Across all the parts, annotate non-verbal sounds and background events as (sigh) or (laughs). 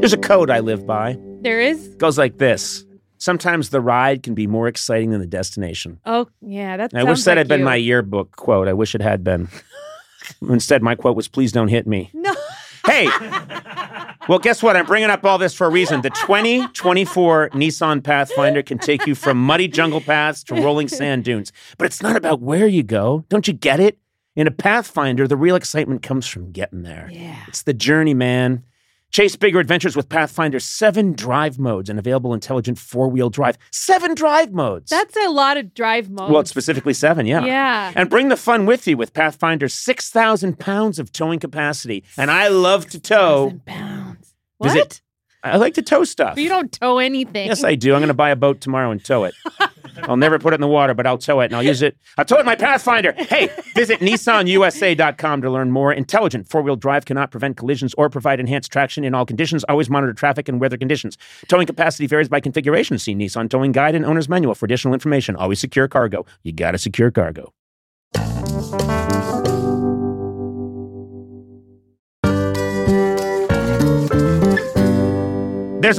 There's a code I live by. There is. It goes like this. Sometimes the ride can be more exciting than the destination. Oh, yeah. That's. I wish that had been my yearbook quote. I wish it had been. Instead, my quote was, please don't hit me. (laughs) No. Hey, well, guess what? I'm bringing up all this for a reason. The 2024 Nissan Pathfinder can take you from muddy jungle paths to rolling sand dunes, but it's not about where you go. Don't you get it? In a Pathfinder, the real excitement comes from getting there. Yeah. It's the journey, man. Chase bigger adventures with Pathfinder's seven drive modes and available intelligent four wheel drive. Seven drive modes. That's a lot of drive modes. well, it's specifically seven, yeah. Yeah. And bring the fun with you with Pathfinder's 6,000 pounds of towing capacity. And I love to tow. Thousand pounds. What? Oh. Does it- I like to tow stuff. You don't tow anything. Yes, I do. I'm going to buy a boat tomorrow and tow (laughs) it. I'll never put it in the water, but I'll tow it and I'll use it. I'll tow it in my Pathfinder. Hey, visit nissanusa.com to learn more. Intelligent four wheel drive cannot prevent collisions or provide enhanced traction in all conditions. Always monitor traffic and weather conditions. Towing capacity varies by configuration. See Nissan Towing Guide and Owner's Manual for additional information. Always secure cargo. You got to secure cargo. There's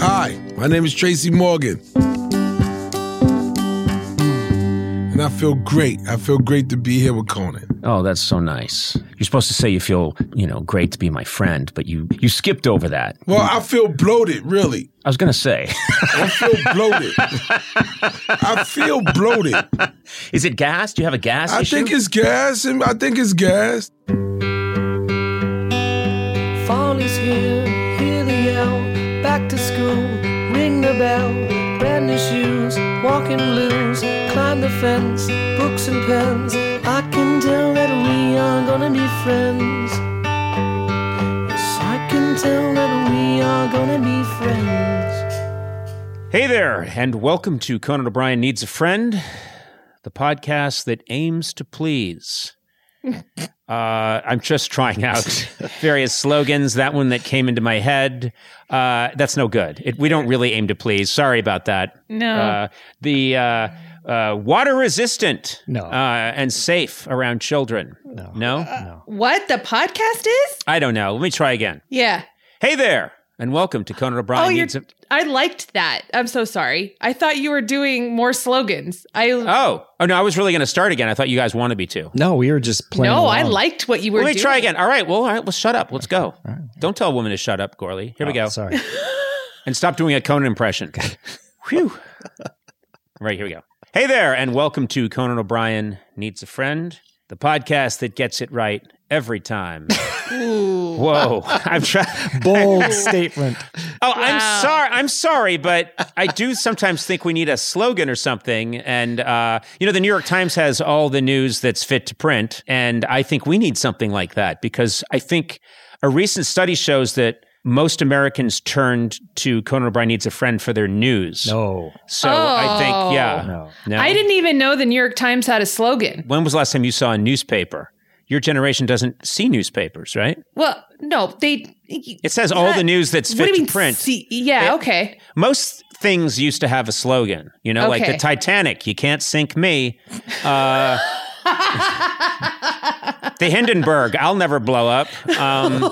Hi, my name is Tracy Morgan. And I feel great. I feel great to be here with Conan. Oh, that's so nice. You're supposed to say you feel, you know, great to be my friend, but you you skipped over that. Well, I feel bloated, really. I was gonna say, (laughs) I feel (laughs) bloated. I feel bloated. is it gas? Do you have a gas I issue? think it's gas, and I think it's gas. Fall is here, hear the yell. Back to school, ring the bell. Brand new shoes, walking blues. Climb the fence, books and pens. I can tell that we are gonna be friends. Yes, I can tell that we are gonna be friends. Hey there, and welcome to Conan O'Brien Needs a Friend, the podcast that aims to (laughs) please. uh, I'm just trying out various slogans. That one that came into my head, uh, that's no good. It, we don't really aim to please. Sorry about that. No. Oh. Uh, the uh, uh, water resistant No. uh, and safe around children. No. No? What the podcast is? I don't know. Let me try again. Yeah. Hey there, and welcome to Conan O'Brien oh, you're. Needs a I liked that. I'm so sorry. I thought you were doing more slogans. I. Oh, oh no! I was really going to start again. I thought you guys wanted me to. No, we were just playing. no, I along. liked what you were Let me doing. try again. All right. Well, all right. Well, shut up. Let's go. Don't tell a woman to shut up, Gorley. Here we Oh, go. Sorry. (laughs) And stop doing a Conan (laughs) impression. Whew. Right. Here we go. Hey there, and welcome to Conan O'Brien Needs a Friend, the podcast that gets it right every (laughs) time. Ooh. (laughs) Whoa. I'm trying. Bold statement. Oh, Wow. I'm sorry. I'm sorry, but I do sometimes think we need a slogan or something. And uh, you know, the New York Times has all the news that's fit to print, and I think we need something like that because I think a recent study shows that most Americans turned to Conan O'Brien needs a friend for their news. No. So I Oh. think, yeah, No. I didn't even know the New York Times had a slogan. When was the last time you saw a newspaper? Your generation doesn't see newspapers, right? Well, no, they. It says all the news that's What do fit you mean? to print. see- yeah. It- okay. most things used to have a slogan, you know, like Okay. the Titanic, you can't sink me. Uh, the Hindenburg, I'll never blow up. Um,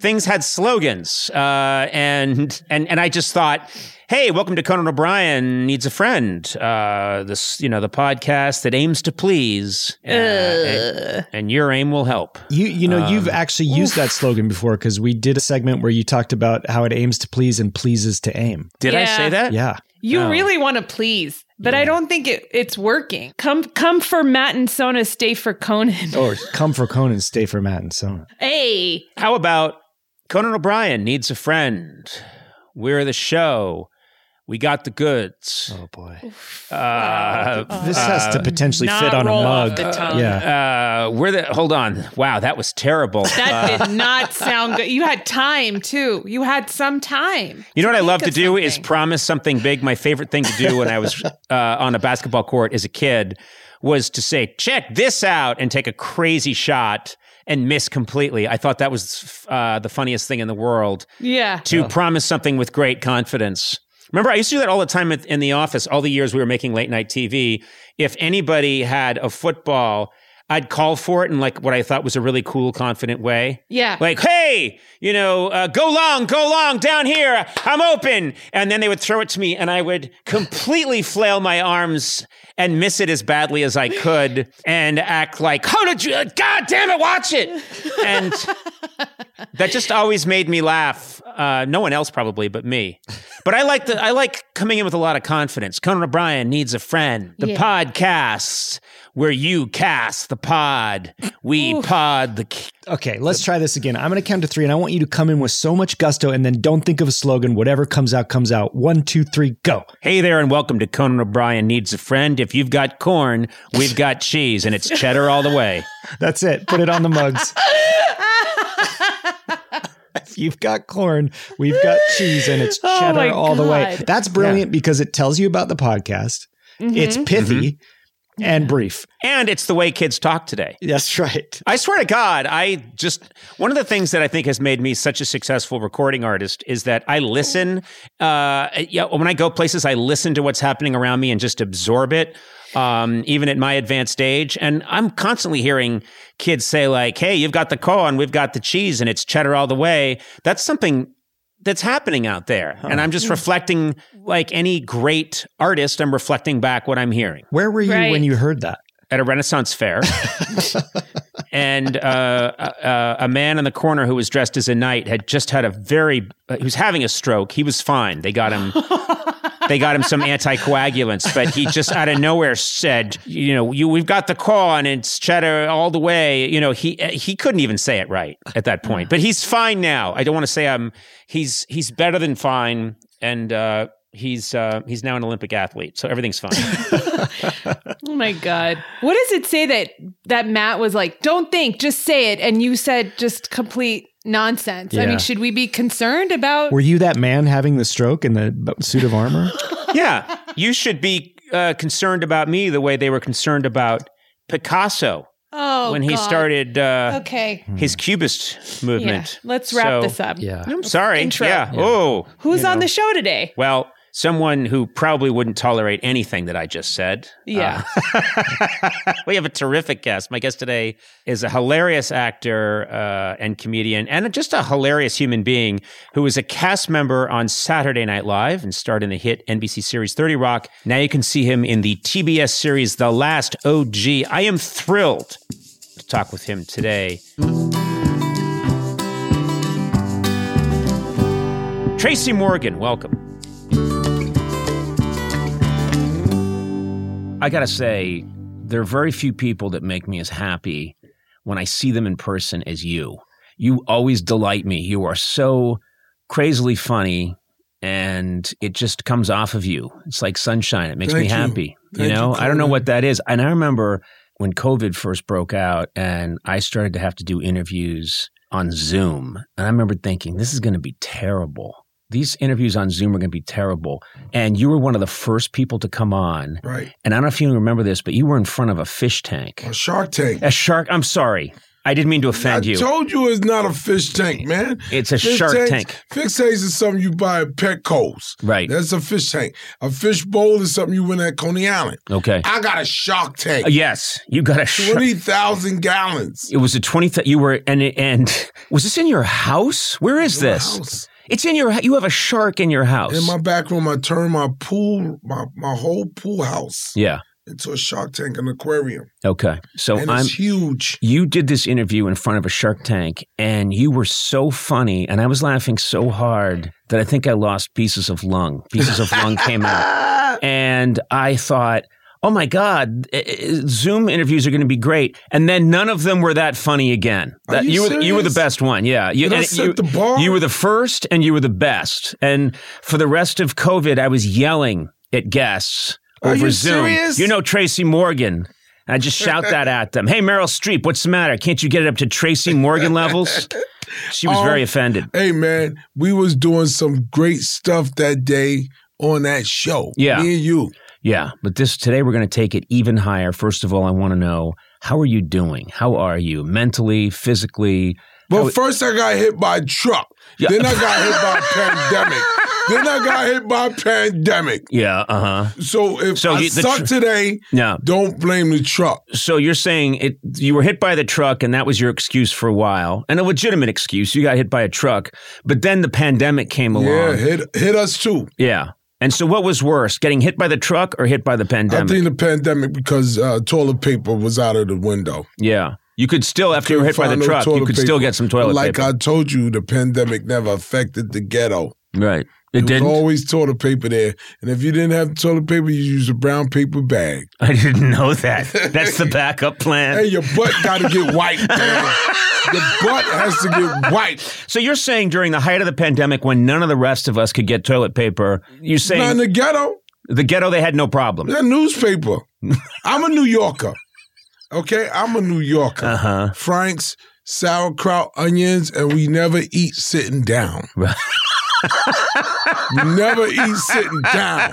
things had slogans. Uh, and, and, and I just thought, hey, welcome to Conan O'Brien Needs a Friend. Uh, this, you know, the podcast that aims to please. Uh, and, and your aim will help. You you know you've actually used that slogan before because we did a segment where you talked about how it aims to please and pleases to aim. Did I Yeah. say that? Yeah. You Oh. really want to please, but I don't think it, it's working. Come, come for Matt and Sona, stay for Conan. (laughs) Or come for Conan, stay for Matt and Sona. Hey, How about Conan O'Brien needs a friend? We're the show We got the goods. Oh boy, Uh, this has to potentially not fit on a roll off mug. the tongue. yeah, uh, where the hold on? Wow, that was terrible. (laughs) That did not sound good. You had time too. You had some time. You know what I love to of do is something. promise something big. My favorite thing to do when I (laughs) was uh, on a basketball court as a kid was to say, check this out, and take a crazy shot and miss completely. I thought that was uh, the funniest thing in the world Yeah. to promise something with great confidence. Remember, I used to do that all the time at- in the office, all the years we were making late night TV. If anybody had a football, I'd call for it in like what I thought was a really cool, confident way. Yeah. Like, hey, you know, uh, go long, go long, down here, I'm open. And then they would throw it to me, and I would completely flail my arms and miss it as badly as I could and act like, how did you, uh, God damn it, watch it. (laughs) And that just always made me laugh. Uh, no one else probably, but me. But I like the I like coming in with a lot of confidence. Conan O'Brien needs a friend. The Yeah. podcast where you cast the pod, we pod the. K- Uh, Okay, let's try this again. I'm going to count to three, and I want you to come in with so much gusto, and then don't think of a slogan. Whatever comes out, comes out. One, two, three, go. Hey there, and welcome to Conan O'Brien needs a friend. If you've got corn, we've got cheese, and it's cheddar all the way. That's it. Put it on (laughs) the mugs. If You've got corn, we've got cheese, and it's Oh cheddar my all the way. God. Mm-hmm. That's brilliant because it tells you about the podcast. It's pithy and brief. And it's the way kids talk today. That's right. I swear to God, I just one of the things that I think has made me such a successful recording artist is that I listen. Uh, yeah, when I go places, I listen to what's happening around me and just absorb it. Um, even at my advanced age, and I'm constantly hearing kids say like, "Hey, you've got the corn, we've got the cheese, and it's cheddar all the way." That's something that's happening out there, and I'm just reflecting like any great artist. I'm reflecting back what I'm hearing Where were you when Right. you heard that? at a Renaissance fair, and uh, a, a man in the corner who was dressed as a knight had just had a very uh, he was having a stroke. He was fine. They got him. They got him some anticoagulants, but he just out of nowhere said, "You know, you we've got the corn and it's cheddar all the way." You know, he uh, he couldn't even say it right at that point, but he's fine now. I don't want to say I'm. He's he's better than fine, and uh, he's uh, he's now an Olympic athlete, so everything's fine. Oh my god. What does it say that that Matt was like, "Don't think, just say it," and you said just complete nonsense. I Yeah. mean, should we be concerned about Were you that man having the stroke in the b- suit of armor? yeah, you should be uh, concerned about me the way they were concerned about Picasso Oh, when he God. started uh, Okay. his Cubist Yeah. movement. Let's wrap So- this up. I'm sorry. Intro. Yeah. Oh, Who's on the show today? well, someone who probably wouldn't tolerate anything that I just said. Yeah. (laughs) Uh, (laughs) we have a terrific guest. My guest today is a hilarious actor uh, and comedian, and just a hilarious human being who was a cast member on Saturday Night Live and starred in the hit NBC series 30 Rock. Now you can see him in the TBS series The Last OG. I am thrilled to talk with him today. Tracy Morgan, welcome. I gotta say, there are very few people that make me as happy when I see them in person as you. You always delight me. You are so crazily funny, and it just comes off of you. It's like sunshine. It makes Thank me you. happy. You, Thank you, know, I don't know Conan. what that is. And I remember when COVID first broke out, and I started to have to do interviews on Zoom, and I remember thinking, this is going to be terrible. These interviews on Zoom are going to be terrible. And you were one of the first people to come on Right. and I don't know if you remember this, but you were in front of a fish tank. On Shark Tank. A shark. I'm sorry. I didn't mean to I offend you. told you it's not a fish tank, man. It's a Fish shark tanks- tank. Fish tanks is something you buy at Petco's. Right. That's a fish tank. A fish bowl is something you win at Coney Island. Okay. I got a shark Uh, tank. yes, you got a shark. 20,000 gallons. It was a twenty. Th- you were and and was this in your house? Where is In my this? Oh, house. It's in your. You have a shark in your house. In my back room, I turned my pool, my, my whole pool house yeah. into a shark tank and aquarium. Okay. So and I'm. it's huge. You did this interview in front of a shark tank, and you were so funny, and I was laughing so hard that I (laughs) Ah! think I lost pieces of lung. Pieces of lung came out. and I thought, oh my God, eh, eh, Zoom interviews are going to be great. And then none of them were that funny again. Are That- you were, you were the serious? best one. Yeah. You, Did I and set you- the bar? you were the first and you were the best. And for the rest of COVID, I was yelling at guests Are over you Zoom. serious? You know Tracy Morgan. I just shout that at them. Hey, Meryl Streep, what's the matter? Can't you get it up to Tracy Morgan levels? She was Um, very offended. Hey man, we was doing some great stuff that day on that show. Yeah. Me and you. Yeah, but this today we're going to take it even higher. First of all, I want to know how are you doing? How are you mentally, physically? But first I got hit by a truck. Yeah. Then I got hit by a (laughs) pandemic. Then I got hit by a pandemic. Yeah, uh huh. So if So I you- the suck tr- today, Yeah. don't blame the truck. So you're saying it? You were hit by the truck, and that was your excuse for a while, and a legitimate excuse. You got hit by a truck, but then the pandemic came along. Yeah, hit hit us too. Yeah. And so, what was worse, getting hit by the truck or hit by the I pandemic? think the pandemic because uh, toilet paper was out of the window. yeah. You could still, after you were hit by the Couldn't find no truck, you toilet could still paper. get some toilet like paper. I told you, the pandemic never affected the ghetto. right. It There didn't. was always toilet paper there, and if you didn't have toilet paper, you used a brown paper bag. (laughs) I didn't know that. That's (laughs) the backup plan. Hey, your butt got to get wiped. man. (laughs) Your butt has to get wiped. So you're saying during the height of the pandemic, when none of the rest of us could get toilet paper, you're saying Not in the ghetto. the ghetto they had no problem. That (laughs) newspaper. I'm a New Yorker. Okay, I'm a New Yorker. Uh huh. Frank's sauerkraut, onions, and we never eat sitting down. (laughs) Right. we never eat sitting down.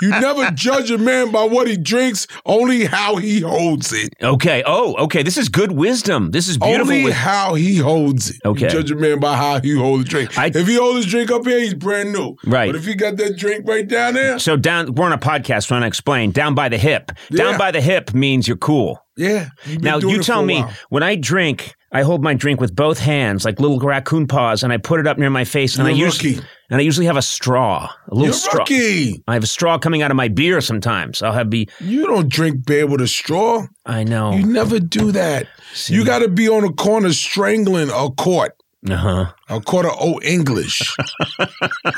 You never judge a man by what he drinks, only how he holds it. Okay. Oh, okay. This is good wisdom. This is beautiful. Only wis- how he holds it. Okay. You judge a man by how he holds the drink. I- if he holds his drink up here, he's brand new. Right. But if he got that drink right down there, so down, we're on a podcast. So I explain. Down by the hip. Down Yeah. by the hip means you're cool. yeah. you've been Now doing you it for tell a me while. when I drink, I hold my drink with both hands like little raccoon paws, and I put it up near my face, and I You're usually rookie. and I usually have a straw, a little You're straw. rookie. I have a straw coming out of my beer sometimes. I'll have be. You don't drink beer with a straw. I know. You never do that. You got to be on a corner strangling a quart, Uh huh. a quart of (laughs) old English.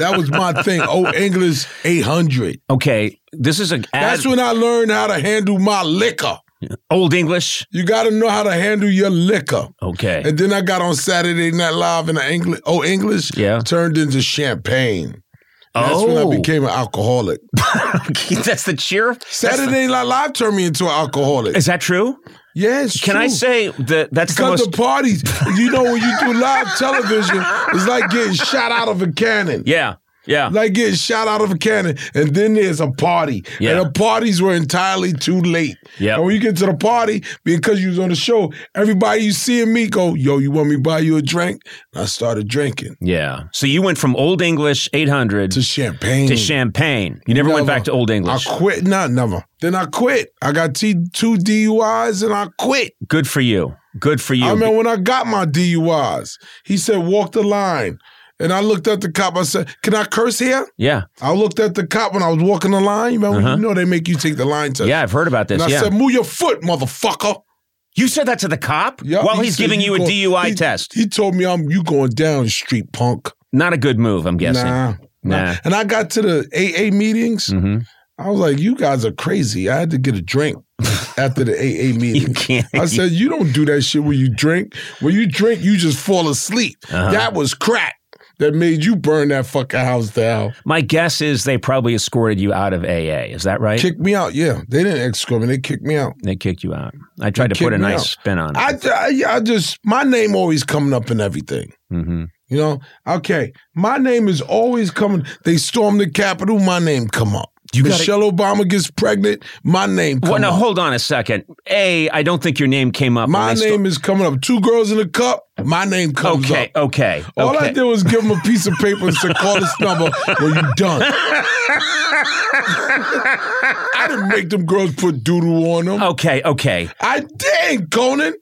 that was my thing. Old English 800. Okay, this is a ad, That's when I learned how to handle my liquor. old English. You got to know how to handle your liquor. Okay, And then I got on Saturday Night Live in the English, oh English, Yeah. turned into champagne. That's when Oh. I became an alcoholic. (laughs) that's the cheer. Saturday Night Live turned me into an alcoholic. Is that true? Yes, Can I say that that's the Because most? the parties, you know, when you do live television, it's like getting shot out of a cannon. yeah, yeah. Like getting shot out of a cannon, and then there's a party, Yeah. and the parties were entirely too late. Yep. and when you get to the party, because you was on the show, everybody you see in me go, "Yo, you want me to buy you a drink?" And I started drinking yeah. So you went from Old English 800 to to, champagne. champagne. You never, went Never. back to Old I English. quit, not never. Then I quit. I got t- two DUIs, and I quit. Good for you. Good for you. I mean, when I got my DUIs, he said, walk the line. And I looked at the cop. I said, can I curse here? yeah, I looked at the cop when I was walking the line. You remember, Uh-huh. you know they make you take the line test. yeah. I've heard about And this. I Yeah. said, move your foot, motherfucker. you said that to the cop Yeah, while he he's said, giving you a go- DUI he- test. He told me, I'm you going down, street punk. Not a good move, I'm guessing. Nah. Nah. And I got to the AA meetings. hmm I was like, you guys are crazy. I had to get a drink after the (laughs) AA You meeting. can't. (laughs) I said, you don't do that shit when you drink. When you drink, you just fall asleep. Uh-huh. That was crack that made you burn that fucking house down. My guess is they probably escorted you out of AA. Is that right? Kicked me out. Yeah, they didn't excommunicate. They kicked me out. They kicked you out. I tried to They put a kicked me nice out. spin on it. I, I, I just, my name always coming up in everything. mm-hmm. You know, okay, my name is always coming. They storm the Capitol, my name come up. gotta- Michelle Obama gets pregnant, my name come Well, now up. hold on a second. A, I don't think your name came up. when My they sto- name is coming up. Two girls in a cup, my name comes up. okay, okay, All okay. I did was give him a piece of paper and said, call this number when you (laughs) done. I didn't make them girls put doodle on them. okay, okay. I didn't, Conan.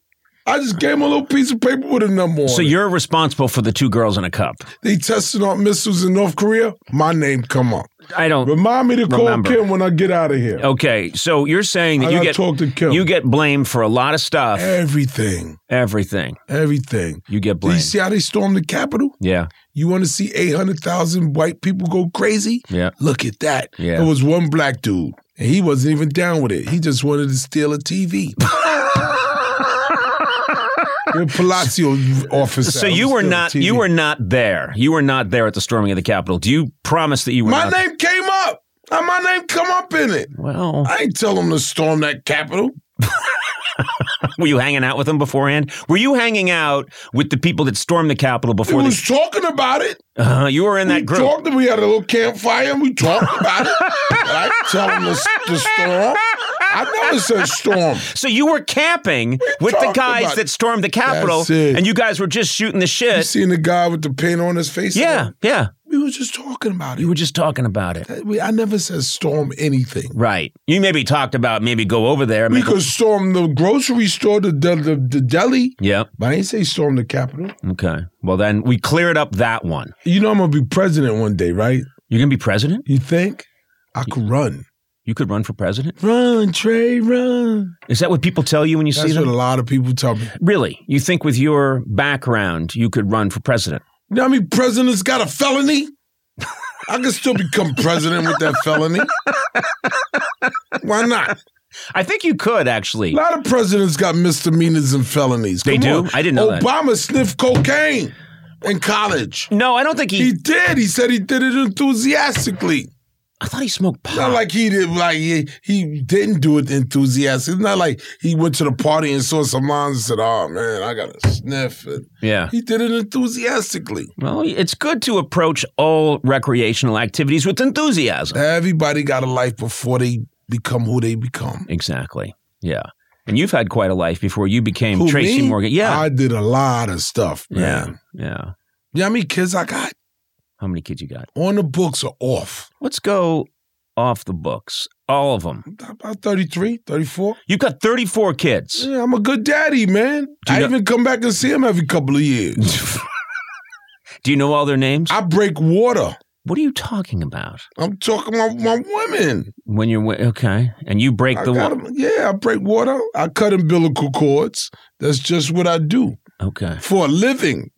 I just gave him a little piece of paper with a number on So it. you're responsible for the two girls in a cup. They testing out missiles in North Korea. My name come up. I don't. Remind me to call Remember. Oh. Kim when I get out of here. Okay, so you're saying that I you gotta get talk to Kim. you get blamed for a lot of stuff. Eh. Everything. Everything Everything. you get Do you blamed. see how they stormed the Capitol? yeah, You want to see 800,000 white people go crazy? yeah. Look at that. Yeah. It was one black dude. And he wasn't even down with it. He just wanted to steal (laughs) a TV. Your Palazzo officer. So you were not you were not there. You were not there at the storming of the Capitol. Do you promise that you were My not name came up. How my name come up in it. Well, (laughs) I ain't tell him to storm that Capitol. were you hanging out with them beforehand? Were you hanging out with the people that stormed the Capitol He before was talking about it. they, uh, you were in that we group? talked. We had a little campfire and we talked (laughs) about it. I didn't tell him to, to storm. I never said storm. So you were camping with the talked guys about- that stormed the Capitol, That's it. and you guys were just shooting the You shit. seen the guy with the paint on his face? Yeah, yeah. we was just talking about You it. were just talking about it, We- I never said storm anything. right? You maybe talked about maybe go over there. We make a- could storm the grocery store, the the, the, the deli, Yep. but I ain't say storm the Capitol. Okay. Well, then we cleared up that one. You know I'm gonna be president one day, right? You're gonna be president. You think I could run? You could run for president. Run, Trey, run. Is that what people tell you when you see That's them? what a lot of people tell me. Really? You think with your background you could run for president? You know how many presidents got a felony? I could still become president with that felony. Why not? I think you could actually. A lot of presidents got misdemeanors and felonies. They Come do? on. I didn't know that. Obama sniffed cocaine in college. No, I don't think he. He did. He said he did it enthusiastically. I thought he smoked Not pot. like he did. Like he, he didn't do it enthusiastically. It's not like he went to the party and saw some lines and said, "Oh man, I got to sniff." And Yeah. he did it enthusiastically. Well, it's good to approach all recreational activities with enthusiasm. Everybody got a life before they become who they become. Exactly. Yeah. And you've had quite a life before you became Tracy me? Morgan. Yeah. I did a lot of stuff, yeah. man. Yeah. You know how many kids I got? How many kids you got? On the books or off? Let's go off the books. All of them. About 33, 34. You've got 34 kids. Yeah, I'm a good daddy, man. you I know- even come back and see him every couple of years. (laughs) Do you know all their names? I break water. what are you talking about? I'm talking about my women. When you're wi- okay, and you break I the got wall. 'em- Yeah, I break water. I cut umbilical cords. That's just what I do Okay, for a living.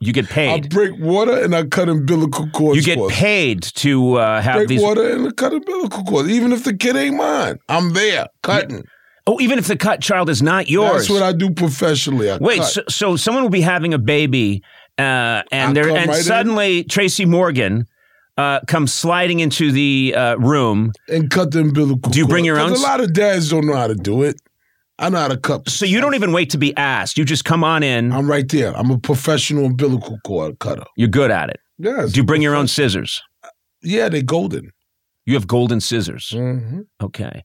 you get I paid. break water and I cut umbilical cords. You get for 'em. paid to uh, have Break these. water and I cut umbilical cords. Even if the kid ain't mine, I'm there cutting. Oh, even if the cut child is not yours. That's what I do professionally. I Wait, cut. so, so someone will be having a baby, uh, and there, come and right in. suddenly Tracy Morgan uh, comes sliding into the uh, room. and cut the umbilical. Do you bring cord. your own 'Cause A s- lot of dads don't know how to do it. I know how to cut. So you don't even wait to be asked. You just come on in. I'm right there. I'm a professional umbilical cord cutter. You're good at it. Yes. Do you bring your own scissors? yeah, they're golden. You have golden scissors. hmm Okay.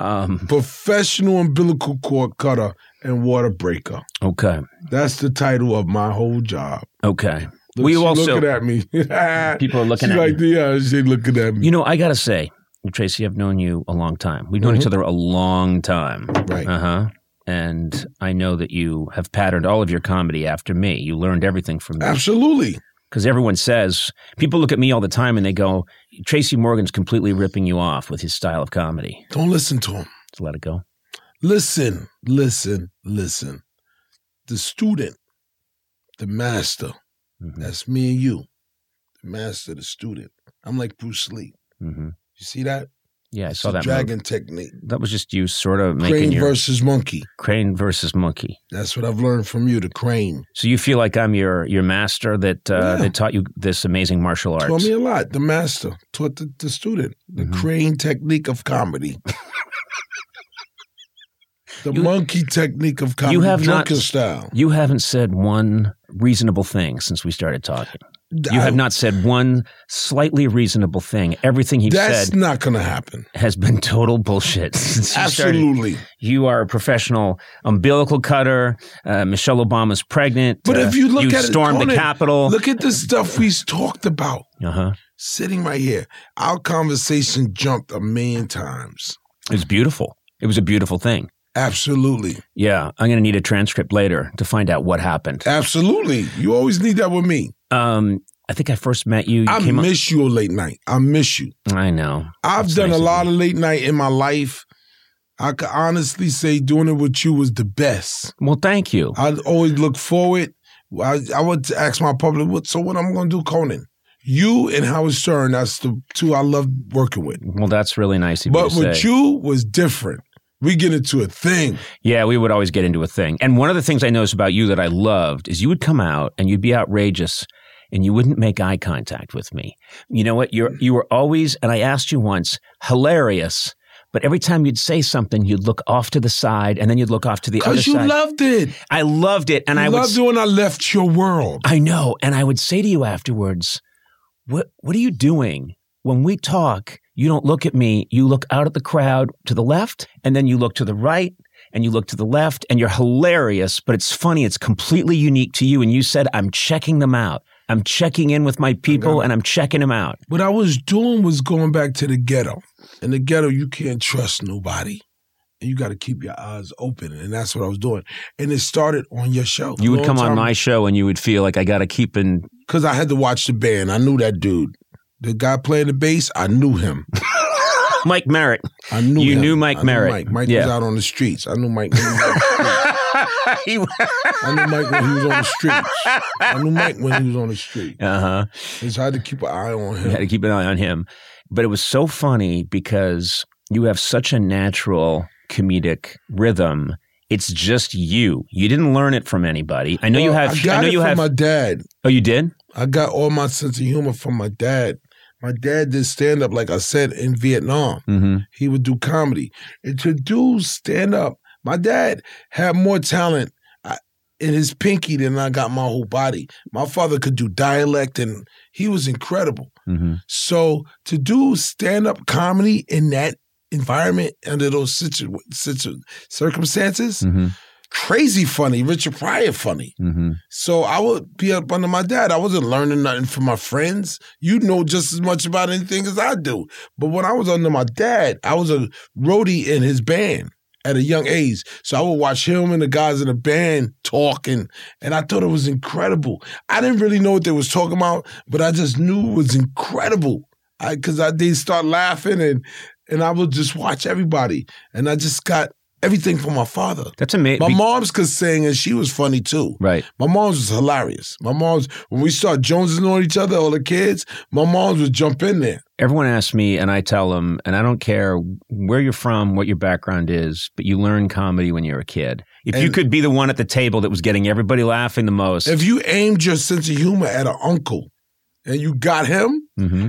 Um, Professional umbilical cord cutter and water breaker. okay. That's the title of my whole job. Okay. Look, we she also looking at me. (laughs) people are (laughs) looking she at. you. like, yeah, she looking at me. You know, I gotta say, well, Tracy, I've known you a long time. We've known each other a long time. Mm-hmm. Right. Uh huh. And I know that you have patterned all of your comedy after me. You learned everything from me. Absolutely. Because everyone says, people look at me all the time and they go, Tracy Morgan's completely ripping you off with his style of comedy. Don't listen to him. So let it go. Listen, listen, listen. The student, the master, Mm-hmm. that's me and you. The master, the student. I'm like Bruce Lee. hmm You see that? Yeah, I It's saw the that. dragon Dragon. technique. That was just you sort of making Crane your versus monkey. crane versus monkey. That's what I've learned from you, the crane. So you feel like I'm your your master that uh, Yeah. that taught you this amazing martial arts. Taught me a lot. The master taught the, the student the Mhm. crane technique of comedy. (laughs) the You- monkey technique of comedy. You have not- drunken style. You haven't said one reasonable thing since we started talking. You I- have not said one slightly reasonable thing. Everything you've That's said not going to happen. has been (laughs) total bullshit since you started. Absolutely. You are a professional umbilical cutter. Uh, Michelle Obama's pregnant. But Uh, if you look you at it, stormed the Conan, Capitol. Look at the stuff we've talked about uh huh. sitting right here. Our conversation jumped a million times. It was beautiful. It was a beautiful thing. Absolutely. Yeah, I'm going to need a transcript later to find out what happened. Absolutely. You always need that with me. Um, I think I first met you. you I came up- miss you on late night. I miss you. I know. I've That's done nice a of lot you. of late night in my life. I could honestly say doing it with you was the best. Well, thank you. I always look forward. I, I would ask my public, what, so what I'm going to do, Conan? You and Howard Stern, that's the two I love working with. Well, that's really nice of you But to with say. you was different. We get into a thing. yeah, we would always get into a thing. And one of the things I noticed about you that I loved is you would come out and you'd be outrageous and you wouldn't make eye contact with me. You know what? You're you were always and I asked you once, hilarious. But every time you'd say something, you'd look off to the side and then you'd look off to the other Because you side. loved it. I loved it and you I would loved it when I left your world. I know. And I would say to you afterwards, what, what are you doing? When we talk, you don't look at me. You look out at the crowd to the left, and then you look to the right, and you look to the left, and you're hilarious, but it's funny. It's completely unique to you. And you said, I'm checking them out. I'm checking in with my people, and I'm checking them out. What I was doing was going back to the ghetto. In the ghetto, you can't trust nobody. And you got to keep your eyes open. And that's what I was doing. And it started on your show. You would come on my show, and you would feel like I got to keep in. Because I had to watch the band. I knew that dude. The guy playing the bass, I knew him. Mike (laughs) Merritt. I knew You him. knew Mike I knew Merritt. Mike, Mike Yeah. was out on the streets. I knew Mike. when he was on the streets. uh (laughs) I knew Mike when he was on the streets. I knew Mike when he was on (laughs) the street. huh. So I had to keep an eye on You had him. to keep an eye on him. But it was so funny because you have such a natural comedic rhythm. It's just you. You didn't learn it from anybody. I know you Well, have. Uh, I I, got know it you from have. my dad. oh, you did. I got all my sense of humor from my dad. My dad did stand up, like I said, in Vietnam. Mm-hmm. He would do comedy. And to do stand up, my dad had more talent I- in his pinky than I got my whole body. My father could do dialect, and he was incredible. Mm-hmm. So to do stand up comedy in that environment, under those situ- situ- circumstances, Mm-hmm. crazy funny, Richard Pryor funny. Mm-hmm. So I would be up under my dad. I wasn't learning nothing from my friends. You know just as much about anything as I do. But when I was under my dad, I was a roadie in his band at a young age. So I would watch him and the guys in the band talking, and I thought it was incredible. I didn't really know what they was talking about, but I just knew it was incredible. I because I they start laughing and and I would just watch everybody, and I just got everything from my father. That's amazing. My mom's could sing, and she was funny too. right. My mom's was hilarious. My mom's when we start jonesing on each other, all the kids, my mom's would jump in there. Everyone asks me, and I tell them, and I don't care where you're from, what your background is, but you learn comedy when you're a kid. If you And- could be the one at the table that was getting everybody laughing the most, If you aimed your sense of humor at an uncle and you got him, hmm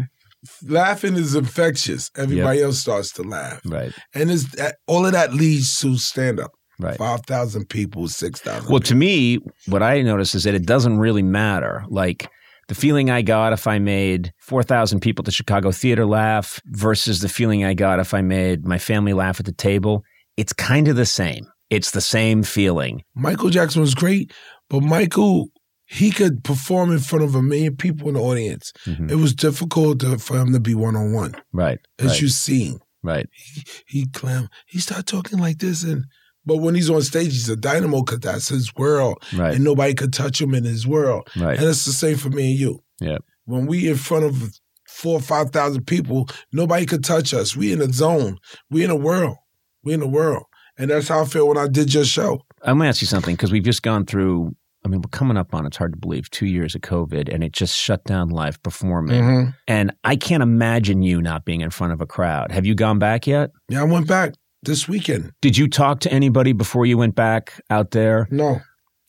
laughing is infectious. Everybody else starts to laugh. right, And it's that, all of that leads to stand up. right. 5,000 people, 6,000. Well, to me, what I notice is that it doesn't really matter. Like the feeling I got if I made 4,000 people at the Chicago Theater laugh versus the feeling I got if I made my family laugh at the table, it's kind of the same. It's the same feeling. Michael Jackson was great, but Michael, he could perform in front of a million people in the audience. Mhm. It was difficult to, for him to be one on one, Right. as right, you seen. right. he clam he started talking like this and but when he's on stage he's a dynamo because that's his world Right. and nobody could touch him in his world Right. and it's the same for me and you Yeah. when we in front of four or five thousand people nobody could touch us we in a zone we in a world we in a world and that's how i feel when i did your show I'm going to ask you something because we've just gone through, I mean, we're coming up on, it's hard to believe, two years of COVID and it just shut down live performing. mm-hmm. And I can't imagine you not being in front of a crowd. Have you gone back yet? yeah i went back this weekend Did you talk to anybody before you went back out there? no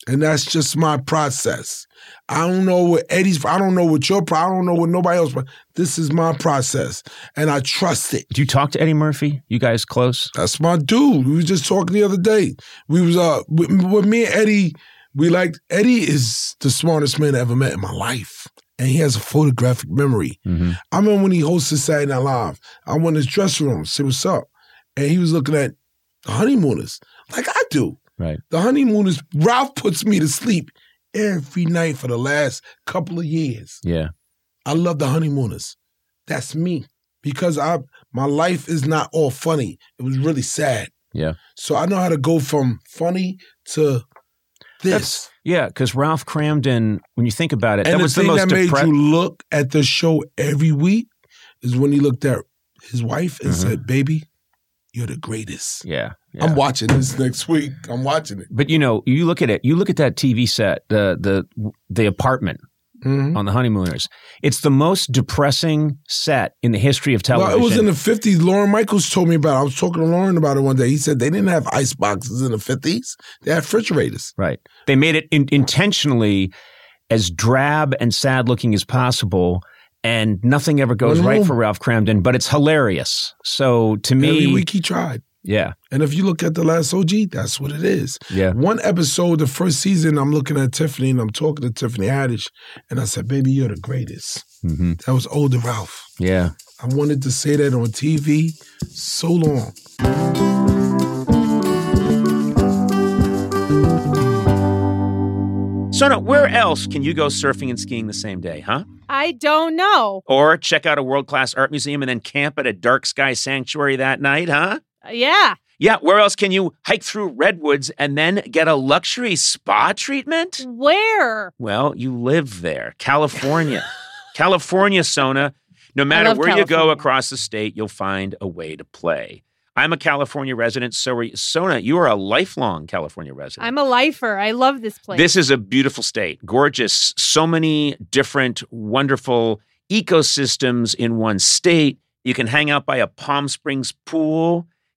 and that's just my process i don't know what eddie's i don't know what your pro- i don't know what nobody else but this is my process and i trust it Did you talk to Eddie Murphy? You guys close? That's my dude. We was just talking the other day. We was uh with, with me and Eddie. We like Eddie is the smartest man I ever met in my life, and he has a photographic memory. Mm-hmm. I remember when he hosted Saturday Night Live. I went in his dressing room, said what's up, and he was looking at the honeymooners like I do. Right. The honeymooners. Ralph puts me to sleep every night for the last couple of years. Yeah. I love the honeymooners. That's me because I my life is not all funny. It was really sad. Yeah. So I know how to go from funny to this. That's- Yeah, because Ralph Cramden, when you think about it, and that the was the thing most that made depressing. you look at the show every week is when he looked at his wife and Mhm. said, "Baby, you're the greatest." yeah. yeah. I'm watching this next week. I'm watching it. but you know, you look at it, you look at that TV set, the the the apartment on the Honeymooners. It's the most depressing set in the history of television. Well, it was in the 50s. Lauren Michaels told me about it. I was talking to Lauren about it one day. He said they didn't have ice boxes in the 50s, they had refrigerators. Right. They made it in- intentionally as drab and sad looking as possible, and nothing ever goes Well, right no. for Ralph Cramden, but it's hilarious. So to Every me, week he tried. yeah, And if you look at the last OG, that's what it is. yeah. One episode, the first season, I'm looking at Tiffany and I'm talking to Tiffany Haddish, and I said, "Baby, you're the greatest." hmm That was older Ralph. Yeah. I wanted to say that on TV so long. Sona, where else can you go surfing and skiing the same day, huh? I don't know. Or check out a world class art museum and then camp at a dark sky sanctuary that night, huh? Yeah. Yeah, where else can you hike through redwoods and then get a luxury spa treatment? Where? Well, you live there, California. California, Sona. No matter love where you go California. across the state, you'll find a way to play. I'm a California resident. So are you. Sona, you are a lifelong California resident. I'm a lifer. I love this place. This is a beautiful state, gorgeous, so many different wonderful ecosystems in one state. You can hang out by a Palm Springs pool.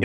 You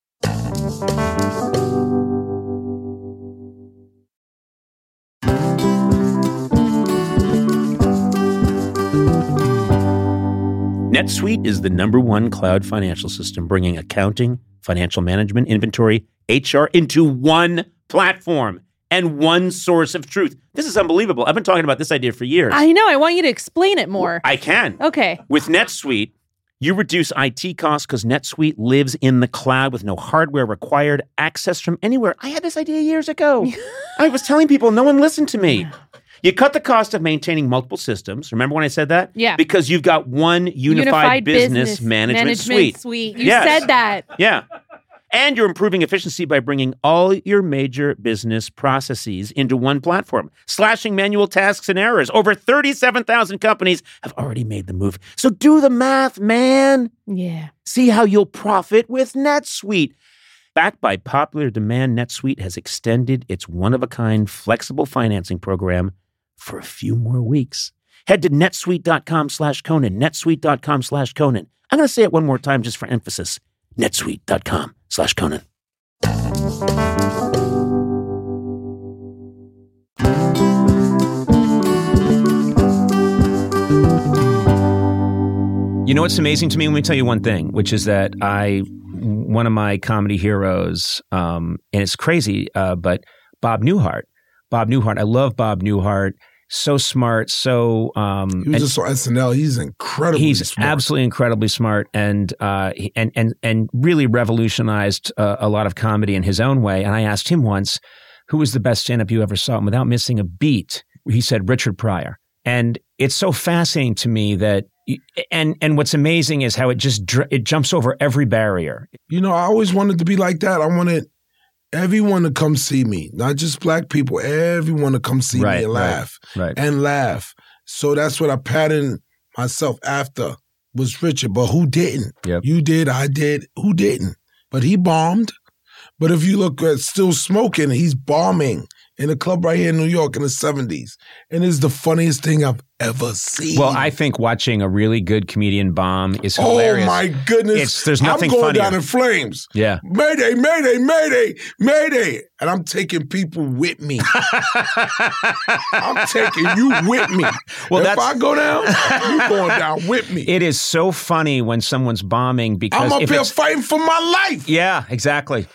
NetSuite is the number one cloud financial system, bringing accounting, financial management, inventory, HR into one platform and one source of truth. This is unbelievable. I've been talking about this idea for years. I know. I want you to explain it more. I can. Okay. With NetSuite, you reduce IT costs because NetSuite lives in the cloud with no hardware required, access from anywhere. I had this idea years ago. (laughs) I was telling people, no one listened to me. You cut the cost of maintaining multiple systems. Remember when I said that? Yeah. Because you've got one unified, business, management, suite. You Yes. said that. Yeah. And you're improving efficiency by bringing all your major business processes into one platform, slashing manual tasks and errors. Over 37,000 companies have already made the move. So do the math, man. Yeah. See how you'll profit with NetSuite. Backed by popular demand, NetSuite has extended its one of a kind flexible financing program for a few more weeks. Head to netsuite.com slash Conan, netsuite.com slash Conan. I'm going to say it one more time just for emphasis netsuite.com slash Conan. You know what's amazing to me? Let me tell you one thing, which is that I one of my comedy heroes, um, and it's crazy, uh, but Bob Newhart. Bob Newhart. I love Bob Newhart. So smart. So um, He was and- just on SNL. He's incredible. he's absolutely incredibly smart and uh, he- and and and really revolutionized uh, a lot of comedy in his own way. And I asked him once, "Who was the best stand-up you ever saw?" And without missing a beat, he said Richard Pryor. And it's so fascinating to me that. And and what's amazing is how it just dr- it jumps over every barrier. You know, I always wanted to be like that. I wanted everyone to come see me, not just black people. Everyone to come see Right, me and right, laugh Right. and laugh. So that's what I patterned myself after was Richard. But who didn't? Yep. You did. I did. Who didn't? But he bombed. But if you look at still smoking, he's bombing in a club right here in New York in the seventies, and it's the funniest thing I've ever seen. Well, I think watching a really good comedian bomb is hilarious. Oh my goodness! It's- there's nothing I'm going funnier. down in flames. Yeah. Mayday, Mayday, Mayday, Mayday. And I'm taking people with (laughs) me. I'm taking you with me. Well, if that's- I go down, you going down with (laughs) me. It is so funny when someone's bombing because I'm up if here it's- fighting for my life. yeah, exactly.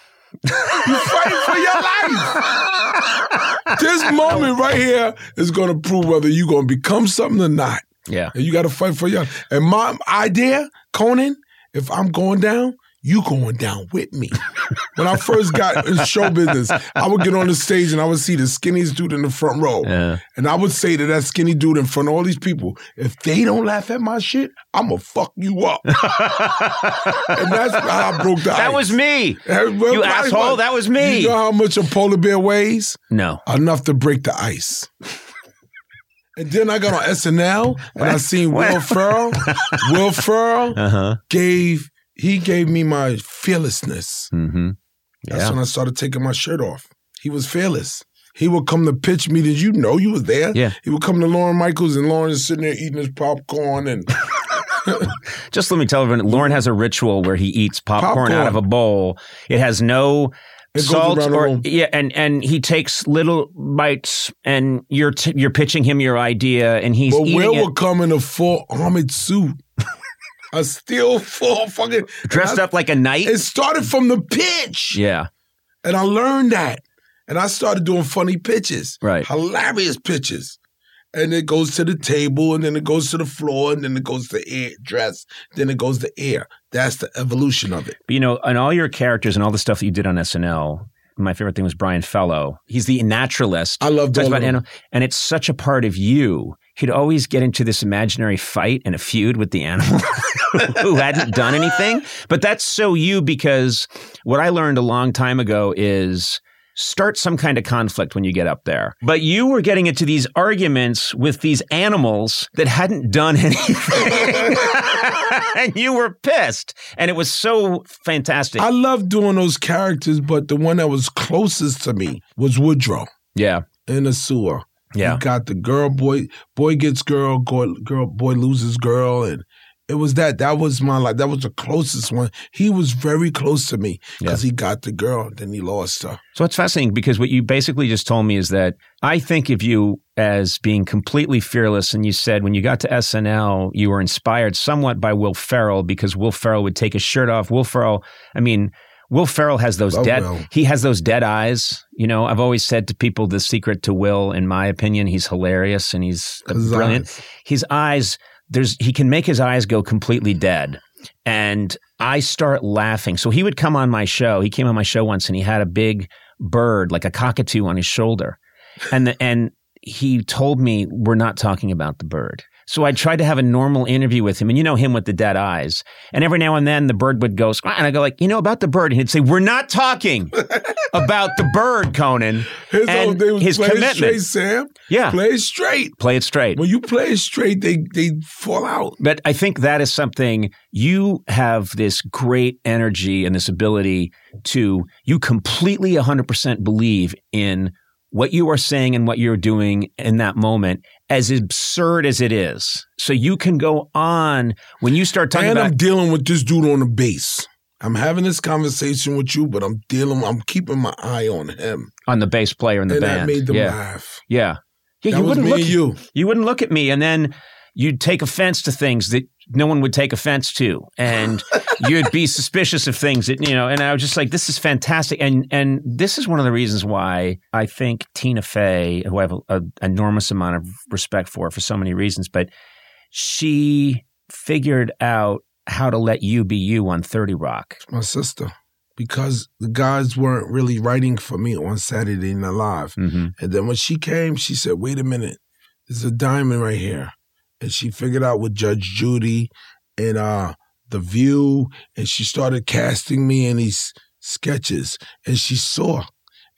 You're fighting for your life. this moment right here is going to prove whether you're going to become something or not. Yeah. And you got to fight for your. And my idea, Conan, if I'm going down, you going down with me. (laughs) when I first got in show business, I would get on the stage and I would see the skinniest dude in the front row, Yeah. and I would say to that skinny dude in front of all these people, "If they don't laugh at my shit, I'm gonna fuck you (laughs) up." and that's how I broke the. That ice. was me. Everybody- You asshole, that was me. You know how much a polar bear weighs? No. Enough to break the (laughs) ice. And then I got on SNL and I seen Will Ferrell. (laughs) Will Ferrell huh. gave he gave me my fearlessness. Mm-hmm. That's Yeah. when I started taking my shirt off. He was fearless. He would come to pitch meetings. You know, you was there. Yeah. He would come to Lauren Michaels, and Lauren is sitting there eating his popcorn and Just let me tell everyone. Lauren has a ritual where he eats popcorn, Popcorn. out of a bowl. It has no It goes salt around the or room. yeah, and and he takes little bites, and you're t- you're pitching him your idea, and (laughs) he's But eating Will it, would come in a full armored (laughs) suit. a steel full fucking dressed I- up like a knight. It started from the pitch. Yeah, And I learned that. And I started doing funny pitches, Right. hilarious pitches. And it goes to the table, and then it goes to the floor, and then it goes to air dress, then it goes to air. That's the evolution of it. but you know, and all your characters and all the stuff that you did on SNL. My favorite thing was Brian Fellow. He's the naturalist. I loved talks all about of them. animal, and it's such a part of you. He'd always get into this imaginary fight and a feud with the animal (laughs) who hadn't done anything. But that's so you because what I learned a long time ago is start some kind of conflict when you get up there. But you were getting into these arguments with these animals that hadn't done (laughs) anything. (laughs) and you were pissed. And it was so fantastic. I love doing those characters, but the one that was closest to me was Woodrow yeah. in the sewer. Yeah. You got the girl, boy, boy gets girl, girl, girl, boy loses girl, and it was that. That was my like. That was the closest one. He was very close to me because he got the girl, then he lost her. So it's fascinating because what you basically just told me is that I think of you as being completely fearless. And you said when you got to SNL, you were inspired somewhat by Will Ferrell because Will Ferrell would take his shirt off. Will Ferrell, I mean, Will Ferrell has those Love dead, Will. he has those dead eyes. You know, I've always said to people the secret to Will, in my opinion, he's hilarious and he's His brilliant. eyes. His eyes, there's, he can make his eyes go completely dead and I start laughing. So he would come on my show. He came on my show once and he had a big bird, like a cockatoo on his shoulder. And the, and he told me we're not talking about the bird. So I tried to have a normal interview with him and you know him with the dead eyes. And every now and then the bird would go squawk and I go like, "You know about the bird?" And he'd say, "We're (laughs) not talking about the bird, Conan." His And whole thing was his play it straight, commitment. Sam. Yeah. Play it straight. Play it straight. When you play it straight, they they fall out. But I think that is something you have this great energy and this ability to, you completely 100% believe in what you are saying and what you're doing in that moment, as absurd as it is. So you can go on when you start talking and about. I'm dealing with this dude on the base. I'm having this conversation with you, but I'm dealing. I'm keeping my eye on him, on the bass player in the and band. that made them yeah. laugh. yeah. Yeah. That was me look and you. you wouldn't look at me and then you'd take offense to things that no one would take offense to, and you'd be suspicious of things that you know. And I was just like, this is fantastic, and and this is one of the reasons why I think Tina Fey, who I have an enormous amount of respect for for so many reasons, but she figured out how to let you be you on Thirty Rock. my sister because the guys weren't really writing for me on Saturday Night Live. Mm-hmm. And then when she came, she said, wait a minute, there's a diamond right here. And she figured out with Judge Judy and uh The View, and she started casting me in these sketches. And she saw.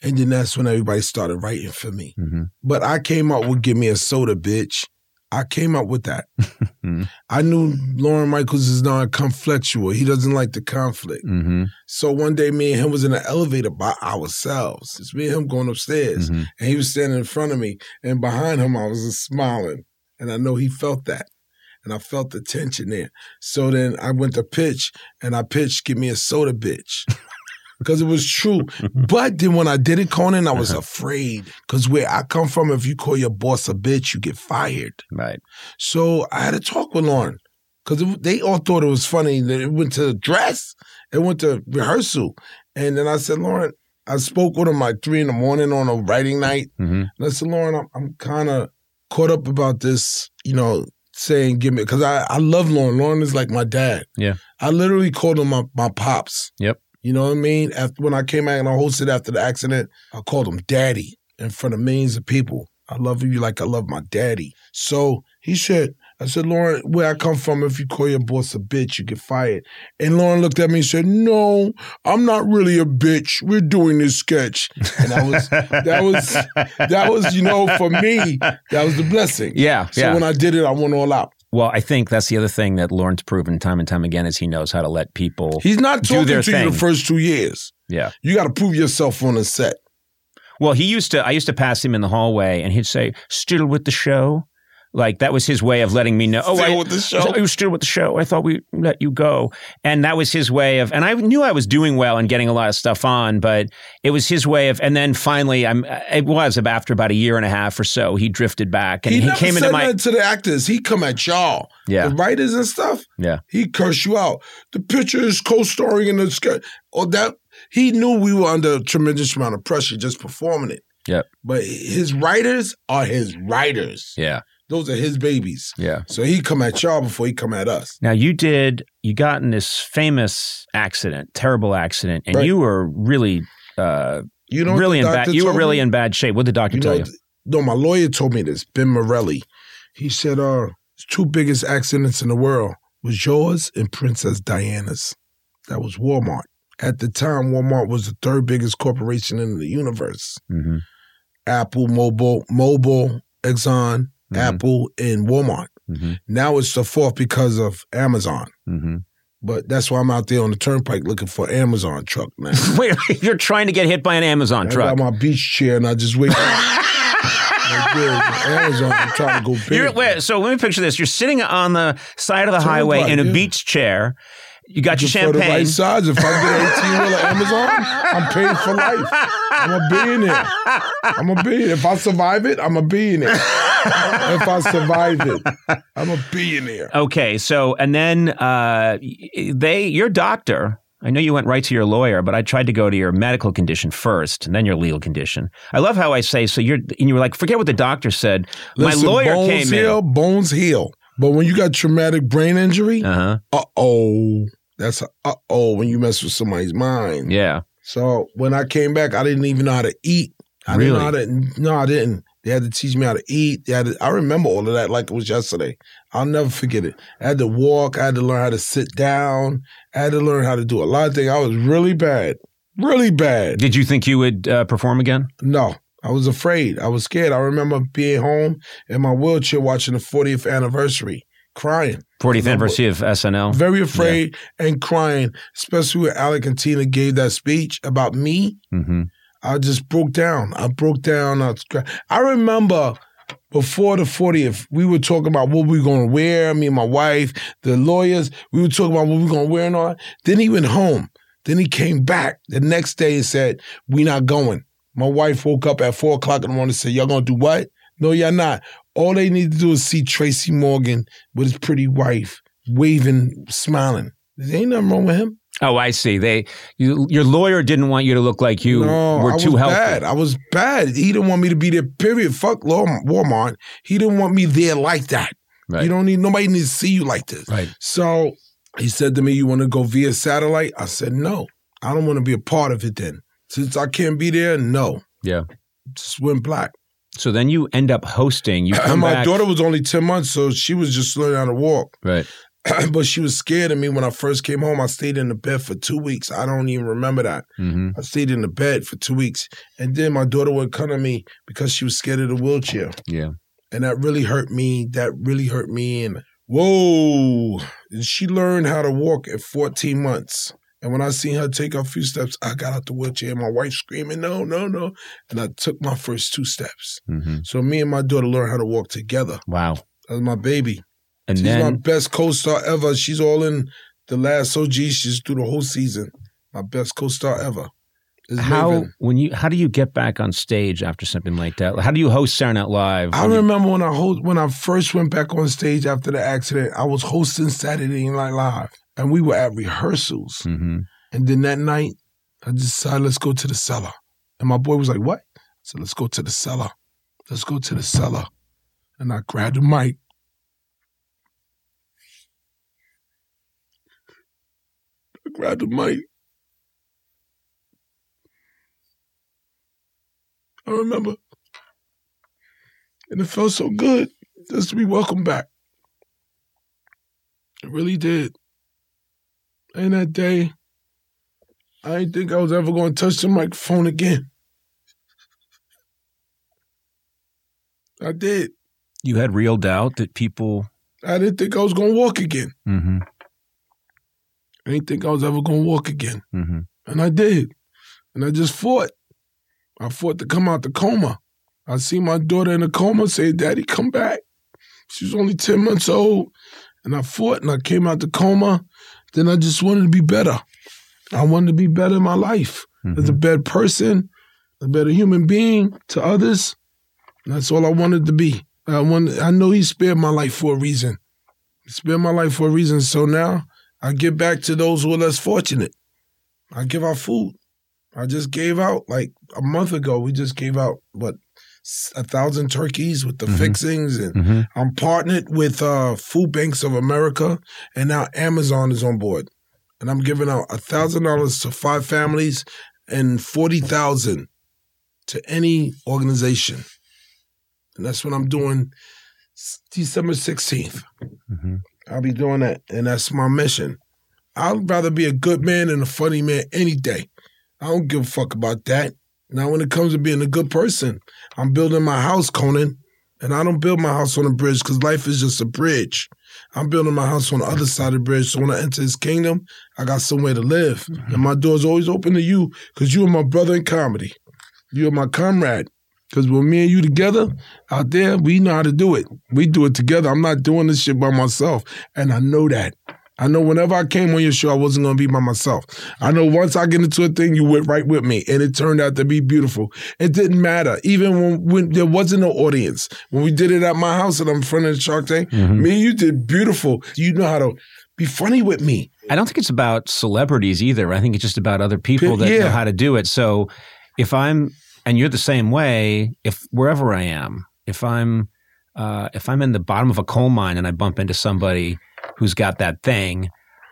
And then that's when everybody started writing for me. Mm-hmm. But I came up with Give Me a Soda, bitch. I came up with (laughs) that. Mm-hmm. I knew Lauren Michaels is non conflictual. He doesn't like the conflict. Mm-hmm. So one day, me and him was in an elevator by ourselves. It's me and him going upstairs, Mhm. and he was standing in front of me, and behind him, I was just smiling, and I know he felt that, and I felt the tension there. So then I went to pitch, and I pitched, "Give me a soda, bitch." Because it was true. But then when I did it, Conan, I was afraid. Because where I come from, if you call your boss a bitch, you get fired. Right. So I had to talk with Lauren because they all thought it was funny. that It went to dress, it went to rehearsal. And then I said, Lauren, I spoke with him like three in the morning on a writing night. Mm-hmm. And I said, Lauren, I'm, I'm kind of caught up about this, you know, saying, give me, because I, I love Lauren. Lauren is like my dad. Yeah. I literally called him my, my pops. Yep. You know what I mean? After, when I came out and I hosted after the accident, I called him daddy in front of millions of people. I love you like I love my daddy. So he said, I said, Lauren, where I come from, if you call your boss a bitch, you get fired. And Lauren looked at me and said, No, I'm not really a bitch. We're doing this sketch. And I was, that was, that was, you know, for me, that was the blessing. Yeah. So yeah. when I did it, I went all out. Well, I think that's the other thing that Lauren's proven time and time again is he knows how to let people. He's not Do talking their to you thing. the first two years. Yeah. You got to prove yourself on the set. Well, he used to. I used to pass him in the hallway, and he'd say, "Still with the show." Like that was his way of letting me know. Oh, Still I, with the show. I was still with the show. I thought we let you go, and that was his way of. And I knew I was doing well and getting a lot of stuff on, but it was his way of. And then finally, I'm. It was about after about a year and a half or so, he drifted back and He, he, never came said into my. nothing to the actors. He come at y'all, Yeah, the writers and stuff. Yeah. he curse you out. The picture is co-starring in the sketch. Or that he knew we were under a tremendous amount of pressure just performing it. Yep. But his writers are his writers. yeah, Those are his babies. yeah. So he come at y'all before he come at us. Now you did. You got in this famous accident, terrible accident, and Right. you were really. Uh, You know, what really in the bad. doctor You were told me? really in bad shape. What did the doctor You tell know, you? th- no, my lawyer told me this, Ben Morelli. He said, uh, the two biggest accidents in the world was yours and Princess Diana's. That was Walmart. At the time, Walmart was the third biggest corporation in the universe. Mm-hmm. Apple, Mobile, Mobile, Exxon, Mhm. Apple, and Walmart. Mm-hmm. Now it's the fourth because of Amazon. Mm-hmm. (laughs) But that's why I'm out there on the turnpike looking for an Amazon truck now. (laughs) Wait, you're trying to get hit by an Amazon I truck. got my beach chair and I just (laughs) wait. Like, yeah, Amazon, I'm trying to go big. You're, wait, so let me picture this. You're sitting on the side of the highway in a yeah. beach chair. You got your Just For the champagne. right size. If I get 18 wheel at Amazon, I'm paid for life. I'm a billionaire. I'm a billionaire. If I survive it, I'm a billionaire. if I survive it, I'm a billionaire. Okay, so and then uh, y- they, your doctor. I know you went right to your lawyer, but I tried to go to your medical condition first and then your legal condition. I love how I say so. You're and you were like, forget what the doctor said. Listen, My lawyer bones came heal, Bones heal. But when you got traumatic brain injury, in. Uh huh. uh oh. That's uh oh when you mess with somebody's mind. Yeah. So when I came back, I didn't even know how to eat. I Really? didn't know how to. No, I didn't. They had to teach me how to eat. They had to, I remember all of that like it was yesterday. I'll never forget it. I had to walk. I had to learn how to sit down. I had to learn how to do a lot of things. I was really bad, really bad. Did you think you would uh, perform again? No, I was afraid. I was scared. I remember being home in my wheelchair watching the 40th anniversary, crying, 40th anniversary of SNL. very afraid and crying, especially when Alec and Tina gave that speech about me. Mm-hmm. I just broke down. I broke down. I, was cry- I remember before the 40th, we were talking about what we were going to wear, me and my wife, the lawyers. We were talking about what we were going to wear and all that. Then he went home. Then he came back the next day and said, we not going. My wife woke up at 4 o'clock in the morning and said, y'all going to do what? No, y'all not. All they need to do is see Tracy Morgan with his pretty wife waving, smiling. There ain't nothing wrong with him. Oh, I see. They, you, your lawyer didn't want you to look like you no, were I too was healthy. bad. I was bad. He didn't want me to be there. Period. Fuck Law- Walmart. He didn't want me there like that. Right. You don't need nobody needs to see you like this. Right. So he said to me, "You want to go via satellite?" I said, "No, I don't want to be a part of it." Then since I can't be there, no. Yeah. Just went black. So then you end up hosting. (clears throat) You come And my back. daughter was only ten months, so she was just learning how to walk. (clears throat) right. but she was scared of me when I first came home. I stayed in the bed for two weeks. I don't even remember that. Mm-hmm. I stayed in the bed for two weeks. And then my daughter would come to me because she was scared of the wheelchair. Yeah. And that really hurt me. That really hurt me. And whoa. And she learned how to walk at 14 months. And when I seen her take a few steps, I got out the wheelchair. My wife screaming, no, no, no. And I took my first two steps. Mm-hmm. So me and my daughter learned how to walk together. Wow. That was my baby. And She's my then best co-star ever. She's all in the last OG. She's through the whole season. My best co-star ever. It's how Maven. when you how do you get back on stage after something like that? How do you host Saturday Night Live? I when you- remember when I host, when I first went back on stage after the accident. I was hosting Saturday Night Live, and we were at rehearsals. Mhm. And then that night, I decided let's go to the cellar. And my boy was like, "What?" I said, "Let's go to the cellar. Let's go to the cellar." And I grabbed the mic. I grabbed the mic. I remember. And it felt so good just to be welcomed back. It really did. And that day, I didn't think I was ever going to touch the microphone again. I did. you had real doubt that people. I didn't think I was going to walk again. Mm-hmm. I didn't think I was ever going to walk again. Mm-hmm. And I did. And I just fought. I fought to come out the coma. I see my daughter in a coma say, Daddy, come back. She was only 10 months old. And I fought and I came out the coma. Then I just wanted to be better. I wanted to be better in my life as a Mm-hmm. better person, a better human being to others. And that's all I wanted to be. I wanted, Uh, I know he spared my life for a reason. He spared my life for a reason. So now I give back to those who are less fortunate. I give out food. I just gave out like a month ago. We just gave out what s- a thousand turkeys with the fixings, and Mhm. I'm partnered with uh, Food Banks of America, and now Amazon is on board, and I'm giving out a thousand dollars to five families and forty thousand to any organization, and that's what I'm doing s- December 16th Mhm. I'll be doing that, and that's my mission. I'd rather be a good man than a funny man any day. I don't give a fuck about that. Now, when it comes to being a good person, I'm building my house, Conan, and I don't build my house on a bridge because life is just a bridge. I'm building my house on the other side of the bridge. So when I enter his kingdom, I got somewhere to live. And my door's always open to you because you are my brother in comedy. You are my comrade. Because when me and you together out there, we know how to do it. We do it together. I'm not doing this shit by myself. And I know that. I know whenever I came on your show, I wasn't going to be by myself. I know once I get into a thing, you went right with me. And it turned out to be beautiful. It didn't matter. Even when, when there wasn't no audience, when we did it at my house and I'm in front of the Shark Tank, Mm. Mm-hmm. me and you did beautiful. You know how to be funny with me. I don't think it's about celebrities either. I think it's just about other people that know Yeah. how to do it. So if I'm and you're the same way, if wherever I am, if I'm uh, if I'm in the bottom of a coal mine and I bump into somebody who's got that thing,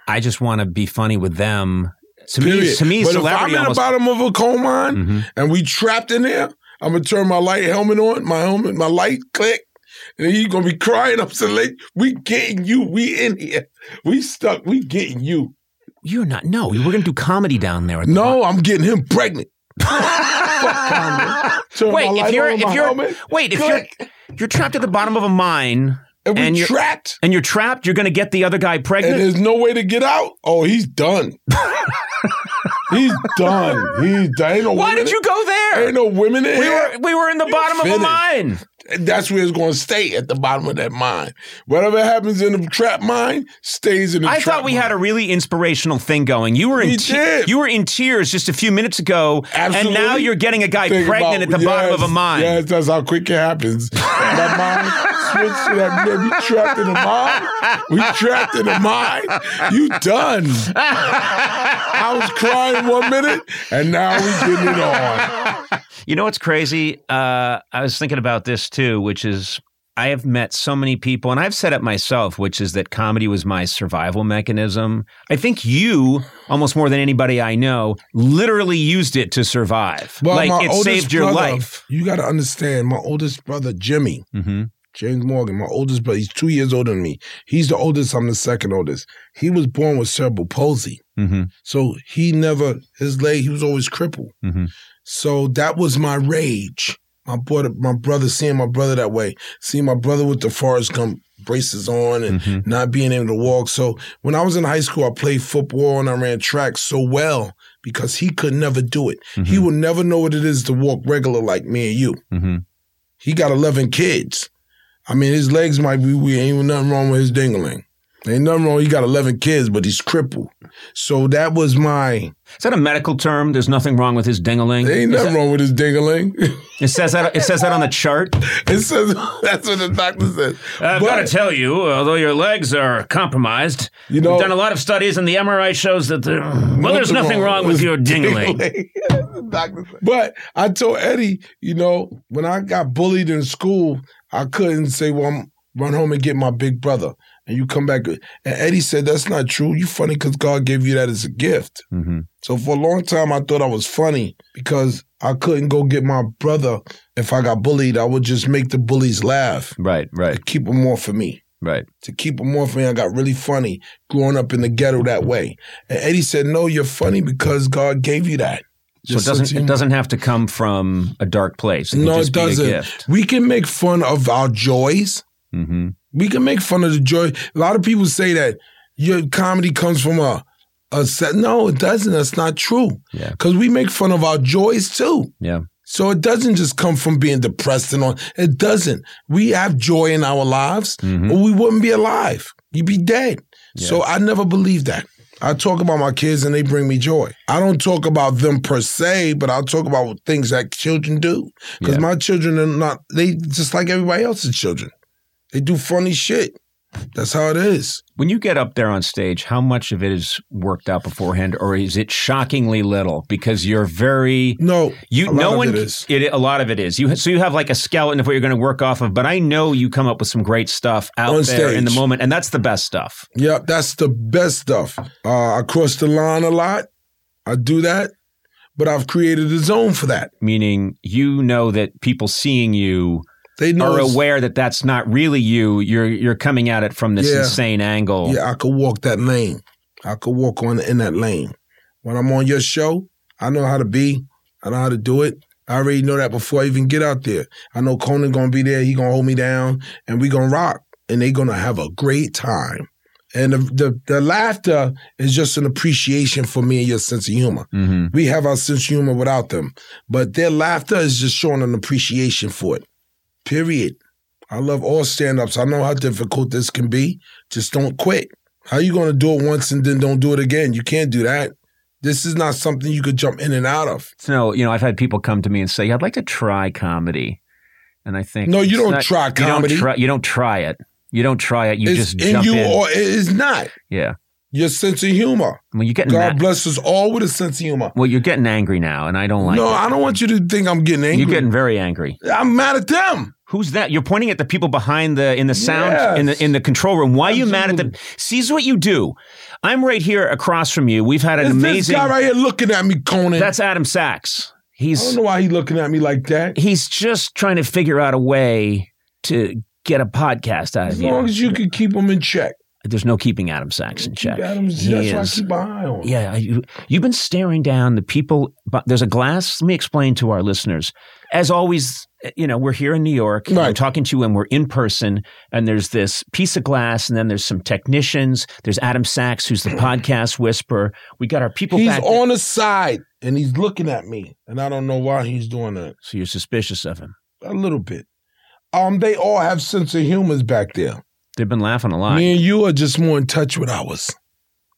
I just want to be funny with them. To me, Period. to me, but if I'm celebrity in the almost. bottom of a coal mine Mhm. and we trapped in there, I'm gonna turn my light helmet on, my helmet, my light click, and you gonna be crying up to late. We getting you. We in here. We stuck. We getting you. You're not. No, we're going to do comedy down there. at the No, I'm getting him (laughs) pregnant. Fuck Kanye. Turn my Wait, if light you're on, if my you're helmet, wait, if click, you're you're trapped at the bottom of a mine and we and you're- trapped and you're trapped, you're going to get the other guy and pregnant. there's no way to get out. Oh, he's (laughs) done. he's done. He's done. Ain't no Why women did you in- go there? Ain't no women in We here. were we were in the bottom of a finished. mine. And that's where it's going to stay at the bottom of that mine. Whatever happens in the trap mine stays in the I trap. thought we had a really inspirational thing going. You were in We te- did. you were in tears just a few minutes ago, Absolutely. and now you're getting a guy Think pregnant about- at the bottom of a yes, mine. Yes, that's how quick it (laughs) happens. that mine switch to that man, we trapped in a mine. We trapped in a mine. You done. I was crying one minute, and now we getting it on. You know what's crazy? Uh, I was thinking about this too, which is I have met so many people, and I've said it myself, which is that comedy was my survival mechanism. I think you, almost more than anybody I know, literally used it to survive. Well, like my it oldest saved your brother, life. You got to understand, my oldest brother Jimmy, Mm-hmm. James Morgan, my oldest brother. He's two years older than me. He's the oldest. I'm the second oldest. He was born with cerebral palsy. Mm-hmm. So he never his leg. He was always crippled. Mhm. So that was my rage. My brother, my brother, seeing my brother that way, seeing my brother with the Forrest Gump braces on and Mm-hmm. not being able to walk. So when I was in high school, I played football and I ran track so well because he could never do it. He will never know what it is to walk regular like me and you. Mm-hmm. He got 11 kids. I mean, his legs might be weird. Ain't nothing wrong with his dingling. Ain't nothing wrong. He got 11 kids, but he's crippled. So that was my. Is that a medical term? There's nothing wrong with his dingaling. Ain't nothing wrong with his dingling. It says that. It says that on the chart. (laughs) it says (laughs) that's what the doctor said. I've But- got to tell you, although your legs are compromised, You know, we've done a lot of studies, and the MRI shows that the, well, there's nothing wrong (laughs) with your dingaling. But I told Eddie, you know, when I got bullied in school, I couldn't say, "Well, I'm run home and get my big brother," and you come back. And Eddie said, "That's not true. You funny because God gave you that as a gift." So for a long time, I thought I was funny because I couldn't go get my brother if I got bullied. I would just make the bullies laugh, Right, right, uh, keep them off of me right. to keep them off me. I got really funny growing up in the ghetto that way. And Eddie said, No, you're funny because God gave you that. So it Just since doesn't you- it doesn't have to come from a dark place. It can No, just it be a doesn't. gift. We can make fun of our joys. Mhm. We can make fun of the joy. A lot of people say that your comedy comes from a, a set. No, it doesn't. That's not true. Yeah. Because we make fun of our joys too. Yeah. So it doesn't just come from being depressed and on. It doesn't. We have joy in our lives, Mm-hmm. or we wouldn't be alive. You'd be dead. So I never believed that. I talk about my kids and they bring me joy. I don't talk about them per se, but I'll talk about things that children do. Because Yeah. my children are not, they just like everybody else's children. They do funny shit. That's how it is. When you get up there on stage, how much of it is worked out beforehand, or is it shockingly little? Because you're very No, you. a lot no of one. it is. it- a lot of it is. You so you have like a skeleton of what you're going to work off of. But I know you come up with some great stuff out On there in the stage. moment, and that's the best stuff. Yep, that's the best stuff. Uh, I cross the line a lot. I do that, but I've created a zone for that. Meaning, you know that people seeing you They know. are it's- aware that that's not really you. You're you're coming at it from this Yeah. insane angle. Yeah, I could walk that lane. I could walk on in that lane. When I'm on your show, I know how to be. I know how to do it. I already know that before I even get out there. I know Conan gonna be there. He gonna hold me down, and we gonna rock, and they gonna have a great time. And the, the the laughter is just an appreciation for me and your sense of humor. Mhm. We have our sense of humor without them, but their laughter is just showing an appreciation for it. Period. I love all stand-ups. I know how difficult this can be. Just don't quit. How you going to do it once and then don't do it again? You can't do that. This is not something you could jump in and out of. No, you know, I've had people come to me and say, "I'd like to try comedy," and I think, No, you it's don't try comedy. You don't try, you don't try it. You don't try it. You it's just in jump you in. or it is not. yeah. Your sense of humor. Well, you're getting God that- bless us all with a sense of humor. well, you're getting angry now, and I don't like. no, it. I don't want you to think I'm getting angry. You're getting very angry. I'm mad at them. Who's that? You're pointing at the people behind the in the sound Yes. in the in the control room. Why are you mad at them? Sees what you do. I'm right here across from you. We've had an It's this amazing. guy right here looking at me, Conan. That's Adam Sachs. He's I don't know why he looking at me like that. he's just trying to figure out a way to get a podcast out of As you. long as you can keep him in check. There's no keeping Adam Sachs in check. Keep Adams, He that's why I is- keep my eye on him. yeah, you, you've been staring down the people. But there's a glass. Let me explain to our listeners. As always, you know, we're here in New York. and I'm Right. talking to you, and we're in person. And there's this piece of glass, and then there's some technicians. There's Adam Sachs, (clears throat) who's the podcast whisperer. We got our people He's back. there. on the side and he's looking at me, and I don't know why he's doing that. so you're suspicious of him. A little bit. Um, they all have sense of humors back there. They've been laughing a lot. Me and you are just more in touch with ours.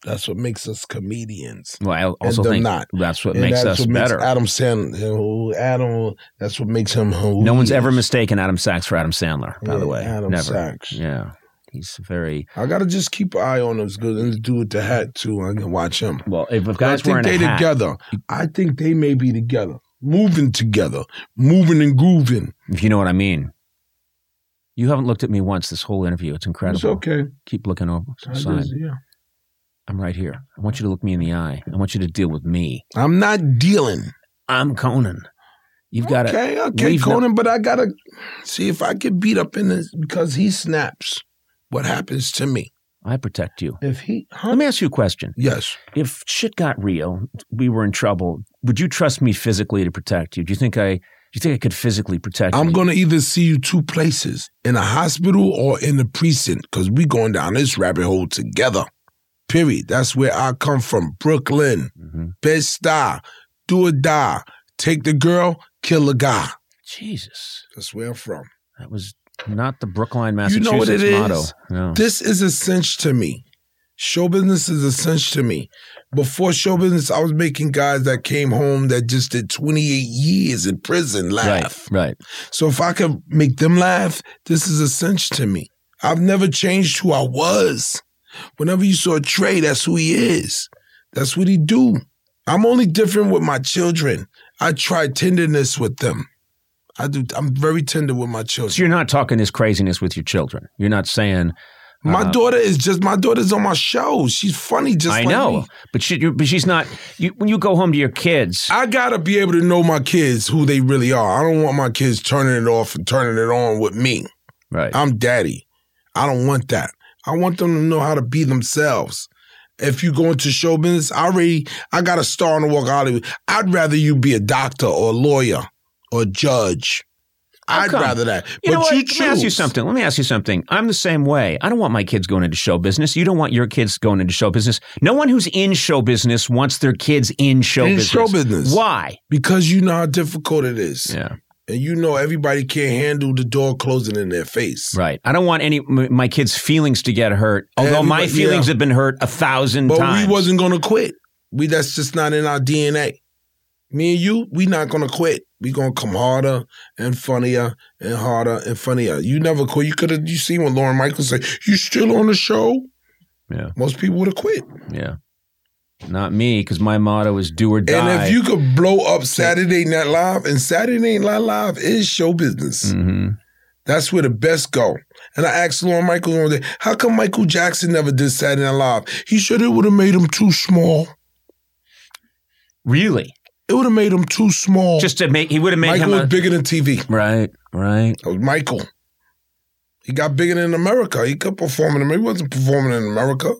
That's what makes us comedians. well, I also they're think not. that's what And makes that's us what better. Makes Adam Sandler, Adam. That's what makes him who. no he one's ever is. mistaken Adam Sachs for Adam Sandler, by Yeah, the way. Adam Never. Sachs. Yeah. He's very I gotta just keep an eye on him because and the dude with the hat too. I can watch him. well. If a I guy's think wearing they a hat, together. I think they may be together, moving together, moving and grooving. if you know what I mean. You haven't looked at me once this whole interview. It's incredible. It's okay. Keep looking over to I the side. just- yeah. I'm right here. I want you to look me in the eye. I want you to deal with me. I'm not dealing. I'm Conan. You've got to. Okay, okay, We've Conan, but I gotta see if I get beat up in this because he snaps. What happens to me I protect you. if he? Huh? Let me ask you a question. Yes, If shit got real, we were in trouble. Would you trust me physically to protect you? Do you think I? Do you think I could physically protect I'm you? gonna either see you two places in a hospital or in the precinct because we going down this rabbit hole together. Period. That's where I come from, Brooklyn, Mhm. Best Star, do or die, take the girl, kill the guy. Jesus, That's where I'm from. that was not the Brookline, You Massachusetts know what it motto. is? No. This is a cinch to me. Show business is a cinch to me. Before show business, I was making guys that came home that just did 28 years in prison laugh. Right, right. So if I could make them laugh, this is a cinch to me. I've never changed who I was. Whenever you saw Trey, that's who he is. That's what he do. I'm only different with my children. I try tenderness with them. I do. I'm very tender with my children. So you're not talking this craziness with your children. You're not saying My Uh, daughter is just my daughter's on my show. She's funny, just I like know, me. but she, you, but she's not. You, when you go home to your kids, I gotta be able to know my kids who they really are. I don't want my kids turning it off and turning it on with me. right? I'm daddy. I don't want that. I want them to know how to be themselves. If you go into show business, I already I got a star on the walk of Hollywood. I'd rather you be a doctor or a lawyer or a judge. How I'd come? rather that. You know but what? you Let me ask you choose. something. Let me ask you something. I'm the same way. I don't want my kids going into show business. You don't want your kids going into show business. No one who's in show business wants their kids in show In business. show business. Why? Because you know how difficult it is. Yeah. And you know everybody can't handle the door closing in their face. Right. I don't want any m- my kids' feelings to get hurt. Although my Everybody- feelings yeah. have been hurt a thousand But times. we wasn't gonna quit. We that's just not in our DNA. Me and you, we not gonna quit. We gonna come harder and funnier and harder and funnier. You never quit. You could have. You seen what Lauren Michaels said? You still on the show? Yeah. Most people would have quit. yeah. Not me, because my motto is do or die. And if you could blow up Saturday Night Live, and Saturday Night Live is show business. hmm That's where the best go. And I asked Lauren Michaels one day, how come Michael Jackson never did Saturday Night Live? He should have would have made him too small. Really? It would have made him too small. Just to make he would have made Michael him was a, bigger than TV. Right, right. That was Michael. He got bigger than America. He could perform in America. He wasn't performing in America.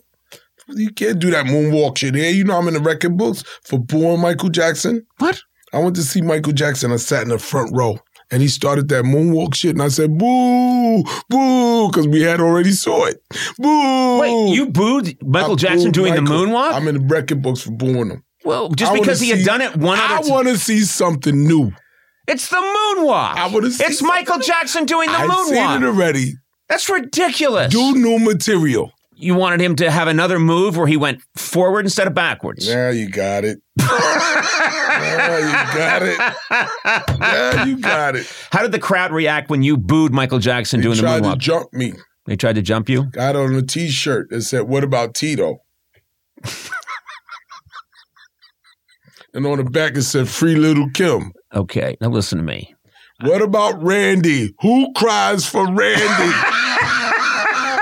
You can't do that moonwalk shit here. You know I'm in the record books for born Michael Jackson. What? I went to see Michael Jackson. I sat in the front row. And he started that moonwalk shit, and I said, "Boo, boo," because we had already saw it. Boo. Wait, you booed Michael I Jackson booed doing the Michael. moonwalk? I'm in the record books for booing him. well, just I wanna because he see- had done it one other I time. want to see something new. It's the moonwalk. I would've seen It's Michael Jackson doing the I've seen it moonwalk. already. That's ridiculous. Do new material. You wanted him to have another move where he went forward instead of backwards. Now you got it. (laughs) now you got it. Now you got it. How did the crowd react when you booed Michael Jackson They doing the tried to moonwalk? jump me. they tried to jump you? Got on a t-shirt that said, "What about Tito?" and on the back it said, "Free Little Kim." Okay, now listen to me. What about Randy? Who cries for (laughs) Randy?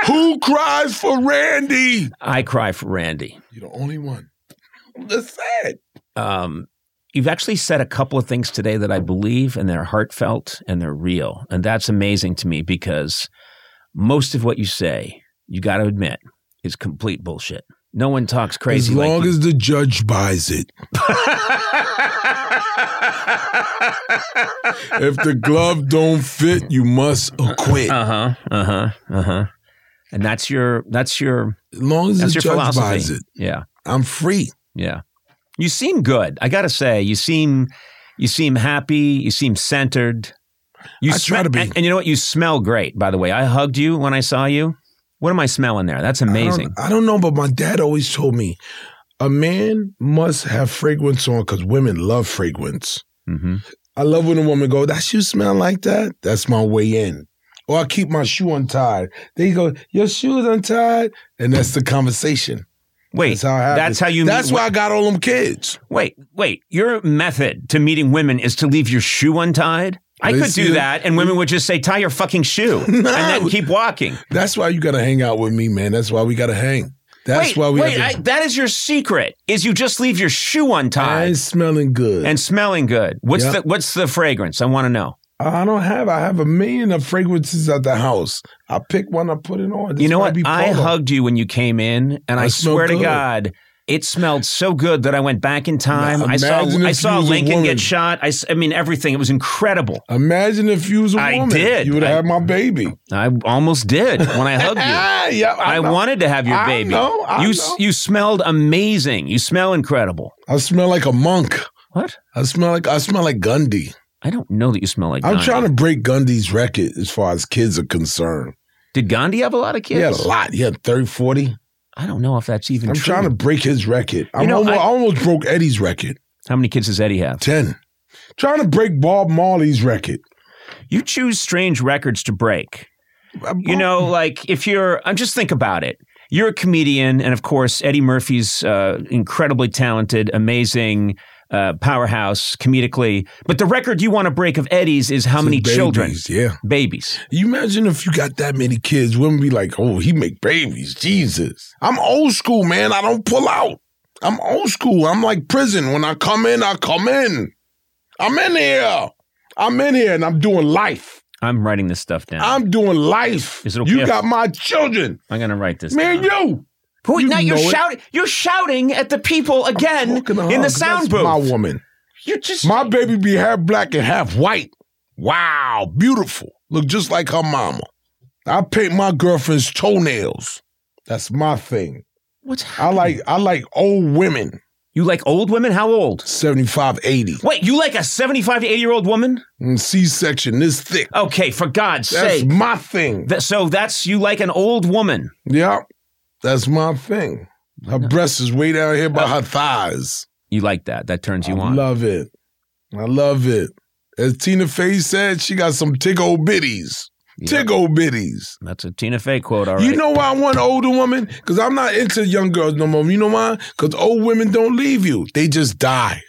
Who cries for Randy? I cry for Randy. You're the only one. That's sad. Um, you've actually said a couple of things today that I believe, and they're heartfelt and they're real. And that's amazing to me because most of what you say, you got to admit, is complete bullshit. No one talks crazy as like long you (laughs) as the judge buys it. if the glove don't fit, you must acquit. As Uh huh. Uh huh. Uh huh. And that's your that's your long as that's the your judge philosophy. buys it, Yeah. I'm free. Yeah. You seem good. I gotta say, you seem you seem happy. You seem centered. I try smell- to be- And, and you know what? You smell great. By the way, I hugged you when I saw you. What am I smelling there? That's I don't- amazing. I don't know, but my dad always told me a man must have fragrance on because women love fragrance. Mm-hmm. I love when a woman go, that shoe smell like that. That's my way in. Or I keep my shoe untied. They go, your shoe's untied. And that's the conversation. Wait, That's how it happens. that's how you. That's meet- why I got all them kids. Wait, wait. Your method to meeting women is to leave your shoe untied? I They could see do it. that, and women would just say, tie your (laughs) fucking shoe, and then keep walking. That's why you got to hang out with me, man. That's why we got to hang. That's wait, why we wait, have I, to- that is your secret, is you just leave your shoe I untied ain't smelling good. and smelling good. What's Yeah. the what's the fragrance? I want to know. I don't have. I have a million of fragrances at the house. I pick one. I put it on. This you know might what? be I Polo. hugged you when you came in, and I, I smelled swear to good. God, it smelled so good that I went back in time. I saw imagine if I you saw was a Lincoln woman. get shot. I, s- I mean, everything. It was incredible. Imagine if you was a I woman. did. You would I- have had my (laughs) baby. I almost did when I hugged you. Ah, yeah, (laughs) I, I, know. wanted to have your I baby. know, I you know. you smelled amazing. You smell incredible. I smell like a monk. What? I smell like I smell like Gundy. I don't know that you smell like. I'm Gandhi. trying to break Gundy's record as far as kids are concerned. Did Gandhi have a lot of He had kids? a lot. He had 30, 40. I don't know if that's even. I'm true. trying to break his record. I'm know, almost, I- I almost broke Eddie's record. How many kids does Eddie have? 10. Trying to break Bob Marley's record. You choose strange records to break. Oh. You know, like if you're, I'm just think about it. You're a comedian, and of course, Eddie Murphy's uh, incredibly talented, amazing uh, powerhouse comedically. But the record you want to break of Eddie's is how many Babies, children, Yeah. babies. You imagine if you got that many kids, women be like, oh, he make babies. Jesus. I'm old school, man. I don't pull out. I'm old school. I'm like prison. When I come in, I come in. I'm in here. I'm in here and I'm doing life. I'm writing this stuff down. I'm, I'm doing life. Is it okay you if- got my children. gonna write this. Me down. and you. Who, You now you're know it. shouting. You're shouting at the people again Fucking in the hug. sound That's booth. My woman. You're just My baby be half black and half white. Wow, beautiful. Look just like her mama. I paint my girlfriend's toenails. That's my thing. what's I like I like old women, you like old women? How old? 75, 80. Wait, you like a 75 to 80 year old woman? Mm, C-section this thick. Okay, for God's That's sake. my thing. That- so that's you like an old woman. yeah. That's my thing. Her breast is way down here by her thighs. You like that? That turns you I on. love it. I love it. As Tina Fey said, she got some tick old bitties. Tick old bitties. that's a Tina Fey quote. All right. You know why I want older women? Because I'm not into young girls no more. You know why? Because old women don't leave you. They just (laughs) die.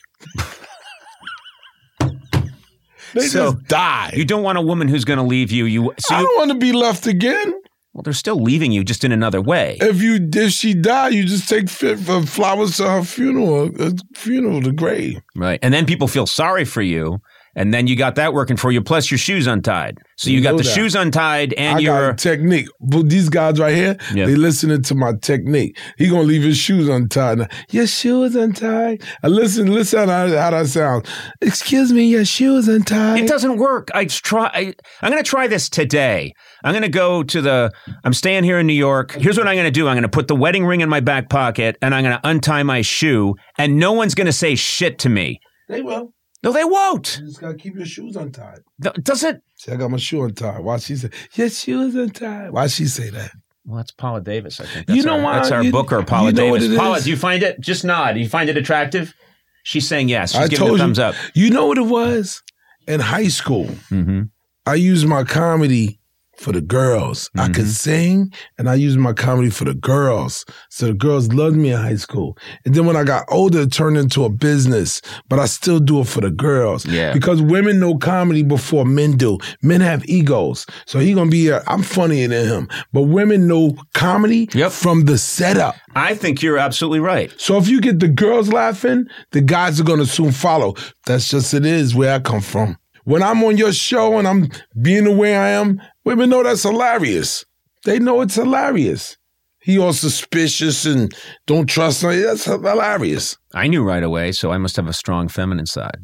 they So, just die. you don't want a woman who's going to leave you. You so I you, don't want to be left again. well, they're still leaving you just in another way. If you if she die, you just take fit uh, flowers to her funeral, uh, funeral to grave. Right. And then people feel sorry for you. And then you got that working for you, plus your shoes untied. So you You got know the that. shoes untied and I your. got a technique. But these guys right here, Yeah. they listening to my technique. He gonna leave his shoes untied. Now, your shoes untied. I listen, listen how, how that sounds. Excuse me, your shoes untied. It doesn't work. I try. I, I'm going to try this today. I'm going to go to the. I'm staying here in New York. Here's what I'm going to do. I'm going to put the wedding ring in my back pocket, and I'm going to untie my shoe, and no one's going to say shit to me. They will. No, they won't. You just gotta keep your shoes untied. Th- Doesn't. See, I got my shoe untied. Why she say your shoes untied? Why she say that? Well, that's Paula Davis. I think You that's know our, why- That's our you- booker, Paula you know what Davis. it Paula, is? do you find it? Just nod. Do you find it attractive? She's saying yes. She's I giving a told thumbs you. up. You know what it was in high school. Mm-hmm. I used my comedy for the girls. I could Mm-hmm. sing, and I used my comedy for the girls. So the girls loved me in high school. And then when I got older, it turned into a business, but I still do it for the girls. Yeah. Because women know comedy before men do. Men have egos, so he gonna be. i I'm funnier than him, but women know comedy Yep. from the setup. I think you're absolutely right. So if you get the girls laughing, the guys are gonna soon follow. That's just it is where I come from. When I'm on your show and I'm being the way I am, women know that's hilarious. They know it's hilarious. He all suspicious and don't trust me. That's hilarious. I knew right away, so I must have a strong feminine side.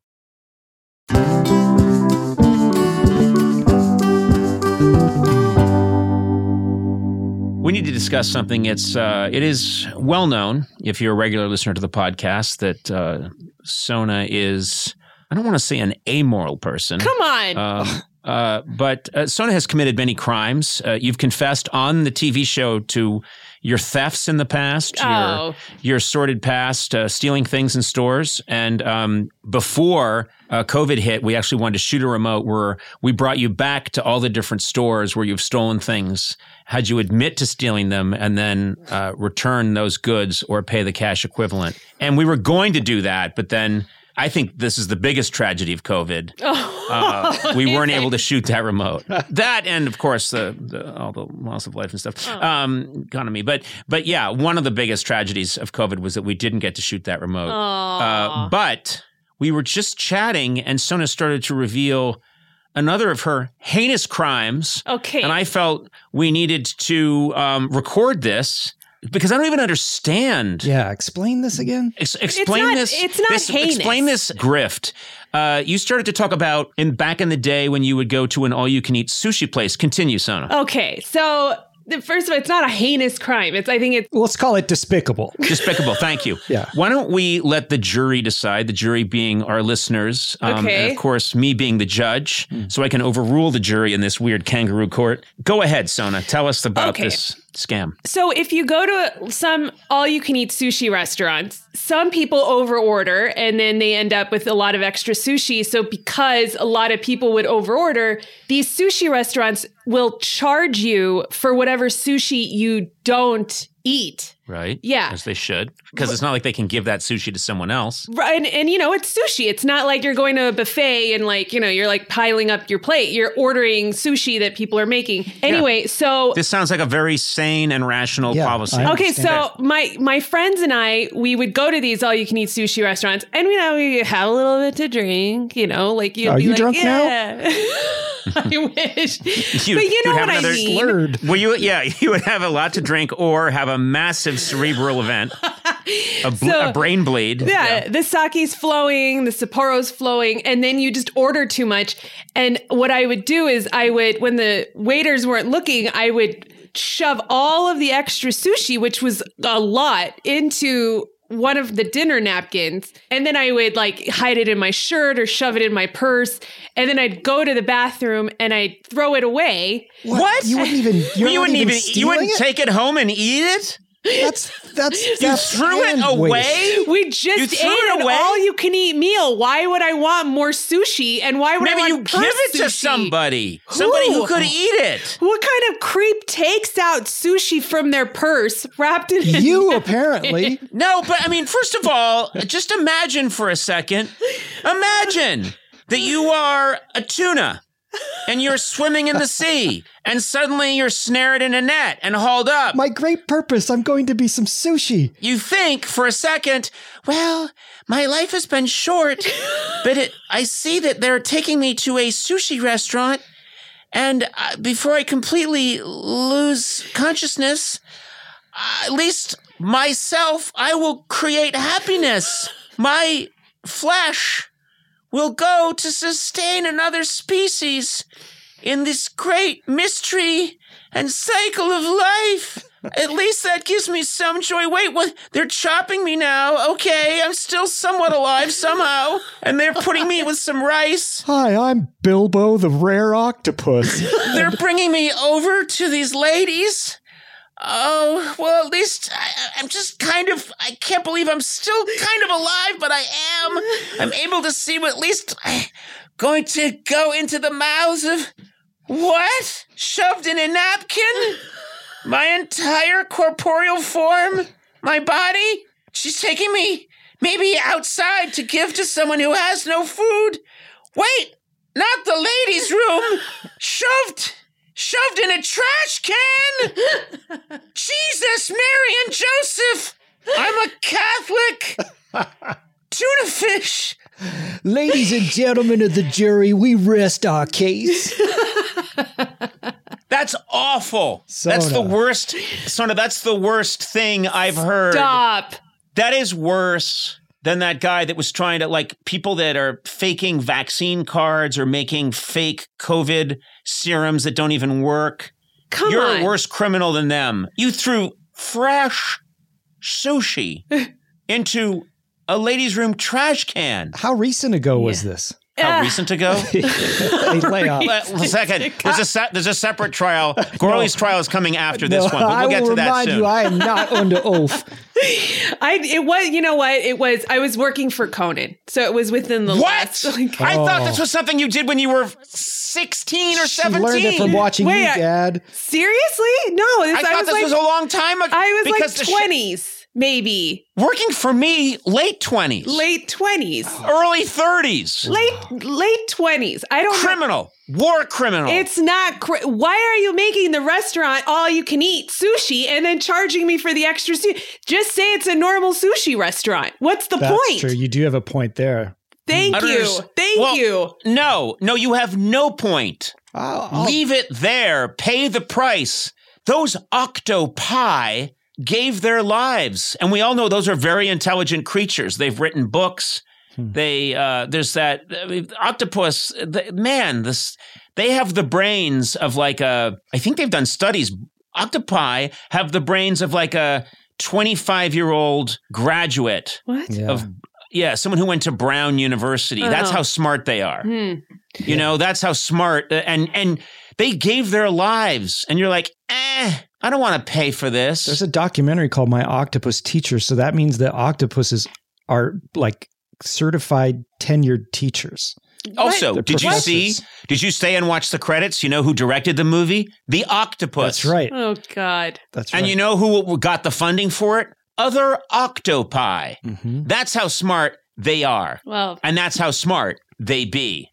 We need to discuss something. It's uh, it is well known if you're a regular listener to the podcast that uh, Sona is. I don't want to say an amoral person. Come on. Um, uh, but uh, Sona has committed many crimes. Uh, you've confessed on the TV show to your thefts in the past, Oh. your, your sordid past, uh, stealing things in stores. And um, before uh, COVID hit, we actually wanted to shoot a remote where we brought you back to all the different stores where you've stolen things, had you admit to stealing them, and then uh, return those goods or pay the cash equivalent. And we were going to do that, but then. I think this is the biggest tragedy of COVID. Uh, we weren't able to shoot that remote. That and of course the, the all the loss of life and stuff, um, economy. But but yeah, one of the biggest tragedies of COVID was that we didn't get to shoot that remote. Oh, Uh, but we were just chatting, and Sona started to reveal another of her heinous crimes. okay. uh, And I felt we needed to um, record this because I don't even understand. Yeah, explain this again. Ex- explain not- this. it's not this, heinous. Explain this grift. Uh, you started to talk about in back in the day when you would go to an all-you-can-eat sushi place. Continue, Sona. (laughs) okay. So, the, first of all, it's not a heinous crime. It's, I think it's, Let's call it despicable. Despicable. Thank (laughs) you. Yeah. Why don't we let the jury decide? The jury being our listeners, um, Okay. Hmm. and of course me being the judge, so I can overrule the jury in this weird kangaroo court. Go ahead, Sona. Tell us about Okay. this scam. so if you go to some all you can eat sushi restaurants, some people overorder and then they end up with a lot of extra sushi. So, because a lot of people would overorder, these sushi restaurants will charge you for whatever sushi you don't eat. Right. Yeah. As they should, because it's not like they can give that sushi to someone else. Right, and, and you know it's sushi. It's not like you're going to a buffet and like you know you're like piling up your plate. You're ordering sushi that people are making. Anyway, so This sounds like a very sane and rational Yeah, policy. I- okay, understand so my my friends and I we would go to these all you can eat sushi restaurants, and you know we had a little bit to drink. You know, like you'd Uh, Are be you like, drunk now? yeah. (laughs) I wish, (laughs) You- but you know you'd have what I another mean. Blurred. Well, you yeah, (laughs) you would have a lot to drink or have a massive cerebral event, a, bl- So- a brain bleed. Yeah, the sake's flowing, the Sapporo's flowing, and then you just order too much. And what I would do is I would, when the waiters weren't looking, I would shove all of the extra sushi, which was a lot, into one of the dinner napkins. And then I would like hide it in my shirt or shove it in my purse. And then I'd go to the bathroom and I'd throw it away. What? You wouldn't even. You're You wouldn't even you wouldn't it? take it home and eat it. That's that's (laughs) You that's threw it hand waste. away. We just You threw ate it an away? all-you-can-eat meal. Why would I want more sushi? And why would I Maybe want you purse give it to sushi? somebody, somebody who Who? could eat it. What kind of creep takes out sushi from their purse wrapped in (laughs) You apparently. No, but I mean, first of all, just imagine for a second. Imagine that you are a tuna and you're swimming in the sea, and suddenly you're snared in a net and hauled up. My great purpose. I'm going to be some sushi. you think for a second, well, my life has been short, but it, I see that they're taking me to a sushi restaurant. And uh, before I completely lose consciousness, uh, at least myself, I will create happiness. My flesh will go to sustain another species in this great mystery and cycle of life. At least that gives me some joy. Wait, what? They're chopping me now. Okay, I'm still somewhat alive somehow. And they're putting me with some rice. Hi, I'm Bilbo the rare octopus. (laughs) They're bringing me over to these ladies. Oh, well, at least I, I'm just kind of. I can't believe I'm still kind of alive, but I am. I'm able to see what at least. I, going to go into the mouths of. What? Shoved in a napkin? My entire corporeal form? My body? She's taking me maybe outside to give to someone who has no food. Wait, not the ladies' room. Shoved, shoved in a trash can. Jesus, Mary, and Joseph. I'm a Catholic. Tuna fish. Ladies and gentlemen of the jury, we rest our case. That's awful. That's the Sona. worst. Sona, that's the worst thing I've heard. Stop. That is worse than that guy that was trying to like people that are faking vaccine cards or making fake COVID serums that don't even work. (laughs) Come You're on. a worse criminal than them. You threw fresh (laughs) sushi into a ladies' room trash can. How recent ago was this? How Ah. recent ago? (laughs) They lay off. Well, well, second, there's a se- there's a separate (laughs) trial. Gorley's trial is coming after this one, but I we'll get will to that remind soon. you, I am not under oath. (laughs) I it was you know what it was. I was working for Conan, so it was within the what? last. (laughs) Like, I thought Oh. this was something you did when you were 16 or She learned it 17. from watching Wait, you, I- Dad. seriously? No, this, I I, thought was this like was a long time ago. I was because the like sh- twenties, maybe working for me, late 20s, late twenties, early 30s, late late twenties. I don't know. criminal, war criminal. It's not. Cr- Why are you making the restaurant all you can eat sushi and then charging me for the extra sushi? Just say it's a normal sushi restaurant. What's the That's point? true. You do have a point there. Thank I don't you. understand. Thank Well, you. no, no, you have no point. Oh, I'll, Leave it there. Pay the price. Those octopi gave their lives, and we all know those are very intelligent creatures. They've written books. Hmm. They uh, there's that I mean, octopus. The, man, this they have the brains of like a. I think they've done studies. Octopi have the brains of like a 25 year old graduate What? yeah. of yeah, someone who went to Brown University. That's Oh. how smart they are. Hmm. You know, that's how smart uh, and and they gave their lives and you're like, "Eh, I don't want to pay for this." There's a documentary called My Octopus Teacher, so that means that octopuses are like certified tenured teachers. also, They're Oh, did you see? professors. Did you stay and watch the credits? You know who directed the movie? The Octopus. That's right. Oh God. That's right. And you know who got the funding for it? Other octopi. Mhm. That's how smart they are. Well, and that's how smart they be.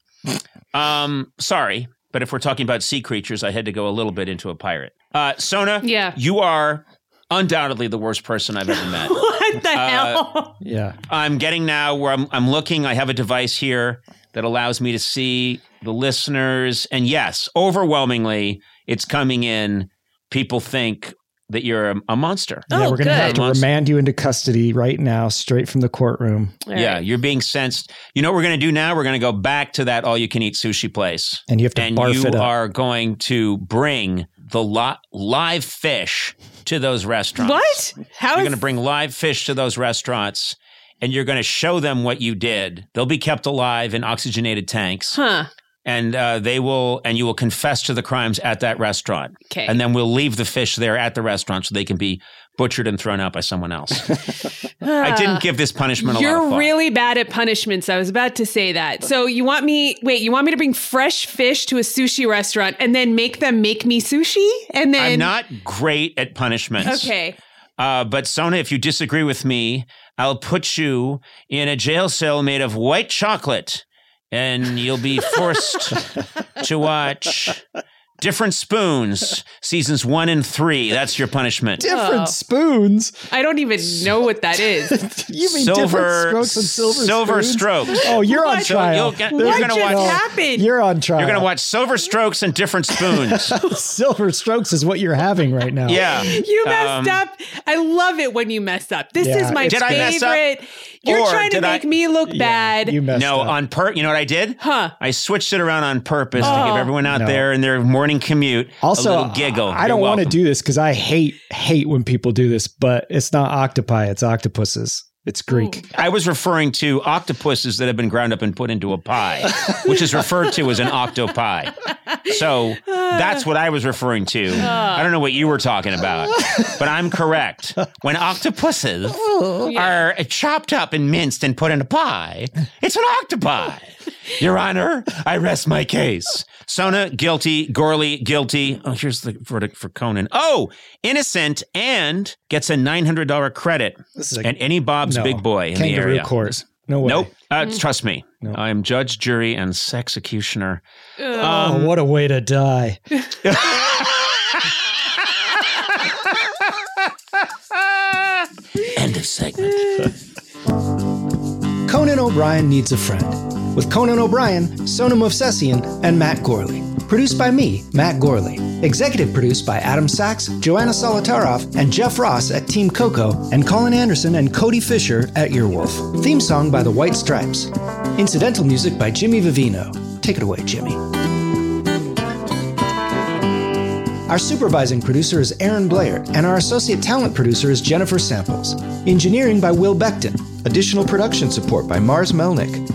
um, sorry, but if we're talking about sea creatures, I had to go a little bit into a pirate. Uh, Sona, (laughs) Yeah. (laughs) you are undoubtedly the worst person I've ever (laughs) met. what the Uh, hell? Yeah. I'm getting now where I'm, I'm looking. I have a device here that allows me to see the listeners, and yes, overwhelmingly, it's coming in. People think that you're a, a monster. Yeah, Oh, we're gonna have good. to Monster. remand you into custody right now, straight from the courtroom, yeah, you're being sensed. You know what we're going to do now? We're going to go back to that all-you-can-eat sushi place. and you have to and barf you it up. are going to bring the li- live fish to those restaurants. What? How You're is- going to bring live fish to those restaurants, and you're going to show them what you did. They'll be kept alive in oxygenated tanks, Huh. and uh, they will, and you will confess to the crimes at that restaurant, Okay. and then we'll leave the fish there at the restaurant so they can be butchered and thrown out by someone (laughs) else. I didn't give this punishment a lot of You're thought. really bad at punishments. I was about to say that. So you want me? Wait, you want me to bring fresh fish to a sushi restaurant and then make them make me sushi? And then I'm not great at punishments. okay. Uh, but Sona, if you disagree with me, I'll put you in a jail cell made of white chocolate, and you'll (laughs) be forced to watch Different Spoons seasons one and three. That's your punishment. different Oh. spoons. (laughs) I don't even know what (laughs) that is. You mean different strokes and silver silver spoons? strokes. Oh, you're on What? So trial. you'll get- There's you're gonna no- watch- What just happened? You're on trial. You're gonna watch Silver Strokes and Different (laughs) Spoons. silver strokes is what you're having right now. yeah. You Um, messed up. I love it when you mess up. This Yeah. is my Did I mess up? favorite. You're Or trying to did I- make me look bad. You messed No, up. on per. You know what I did? Huh. I switched it around on purpose to give everyone out No. there in their morning commute a also, little giggle. I don't want to do this because I hate hate when people do this, but it's not octopi; it's octopuses. It's Greek. I was referring to octopuses that have been ground up and put into a pie, which is referred to as an octopi. So that's what I was referring to. I don't know what you were talking about, but I'm correct. When octopuses are chopped up and minced and put in a pie, it's an octopi. Your Honor, I rest my case. Sona, guilty. Gorley, guilty. Oh, here's the verdict for Conan. Oh, innocent and gets a $900 credit This is a and any Bob's no. big boy in the kangaroo area. court. No way. Nope. Uh, Trust me. No. I am judge, jury, and sex executioner. Um, Oh, what a way to die. End of segment. Conan O'Brien Needs a Friend with Conan O'Brien, Sonam Movsesian, and Matt Gorley. Produced by me, Matt Gorley. Executive produced by Adam Sachs, Joanna Solitaroff, and Jeff Ross at Team Coco, and Colin Anderson and Cody Fisher at Earwolf. Theme song by The White Stripes. Incidental music by Jimmy Vivino. Take it away, Jimmy. Our supervising producer is Aaron Blair, and our associate talent producer is Jennifer Samples. Engineering by Will Beckton. Additional production support by Mars Melnick.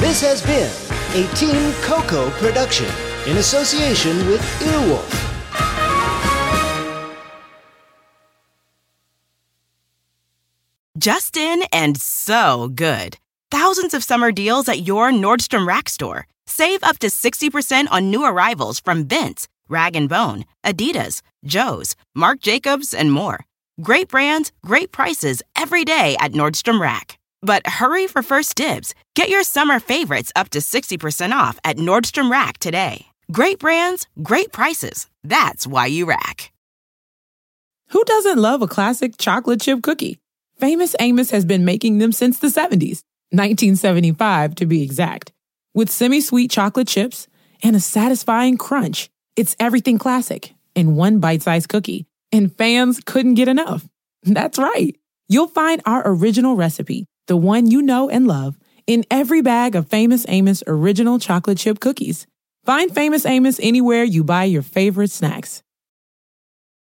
This has been a Team Coco production in association with Earwolf. Justin and so good. Thousands of summer deals at your Nordstrom Rack store. Save up to 60% on new arrivals from Vince, Rag & Bone, Adidas, Joe's, Marc Jacobs, and more. Great brands, great prices every day at Nordstrom Rack. But hurry for first dibs. Get your summer favorites up to 60% off at Nordstrom Rack today. Great brands, great prices. That's why you rack. Who doesn't love a classic chocolate chip cookie? Famous Amos has been making them since the 70s, 1975 to be exact. With semi sweet chocolate chips and a satisfying crunch, it's everything classic in one bite sized cookie, and fans couldn't get enough. (laughs) That's right. You'll find our original recipe, the one you know and love, in every bag of Famous Amos original chocolate chip cookies. Find Famous Amos anywhere you buy your favorite snacks.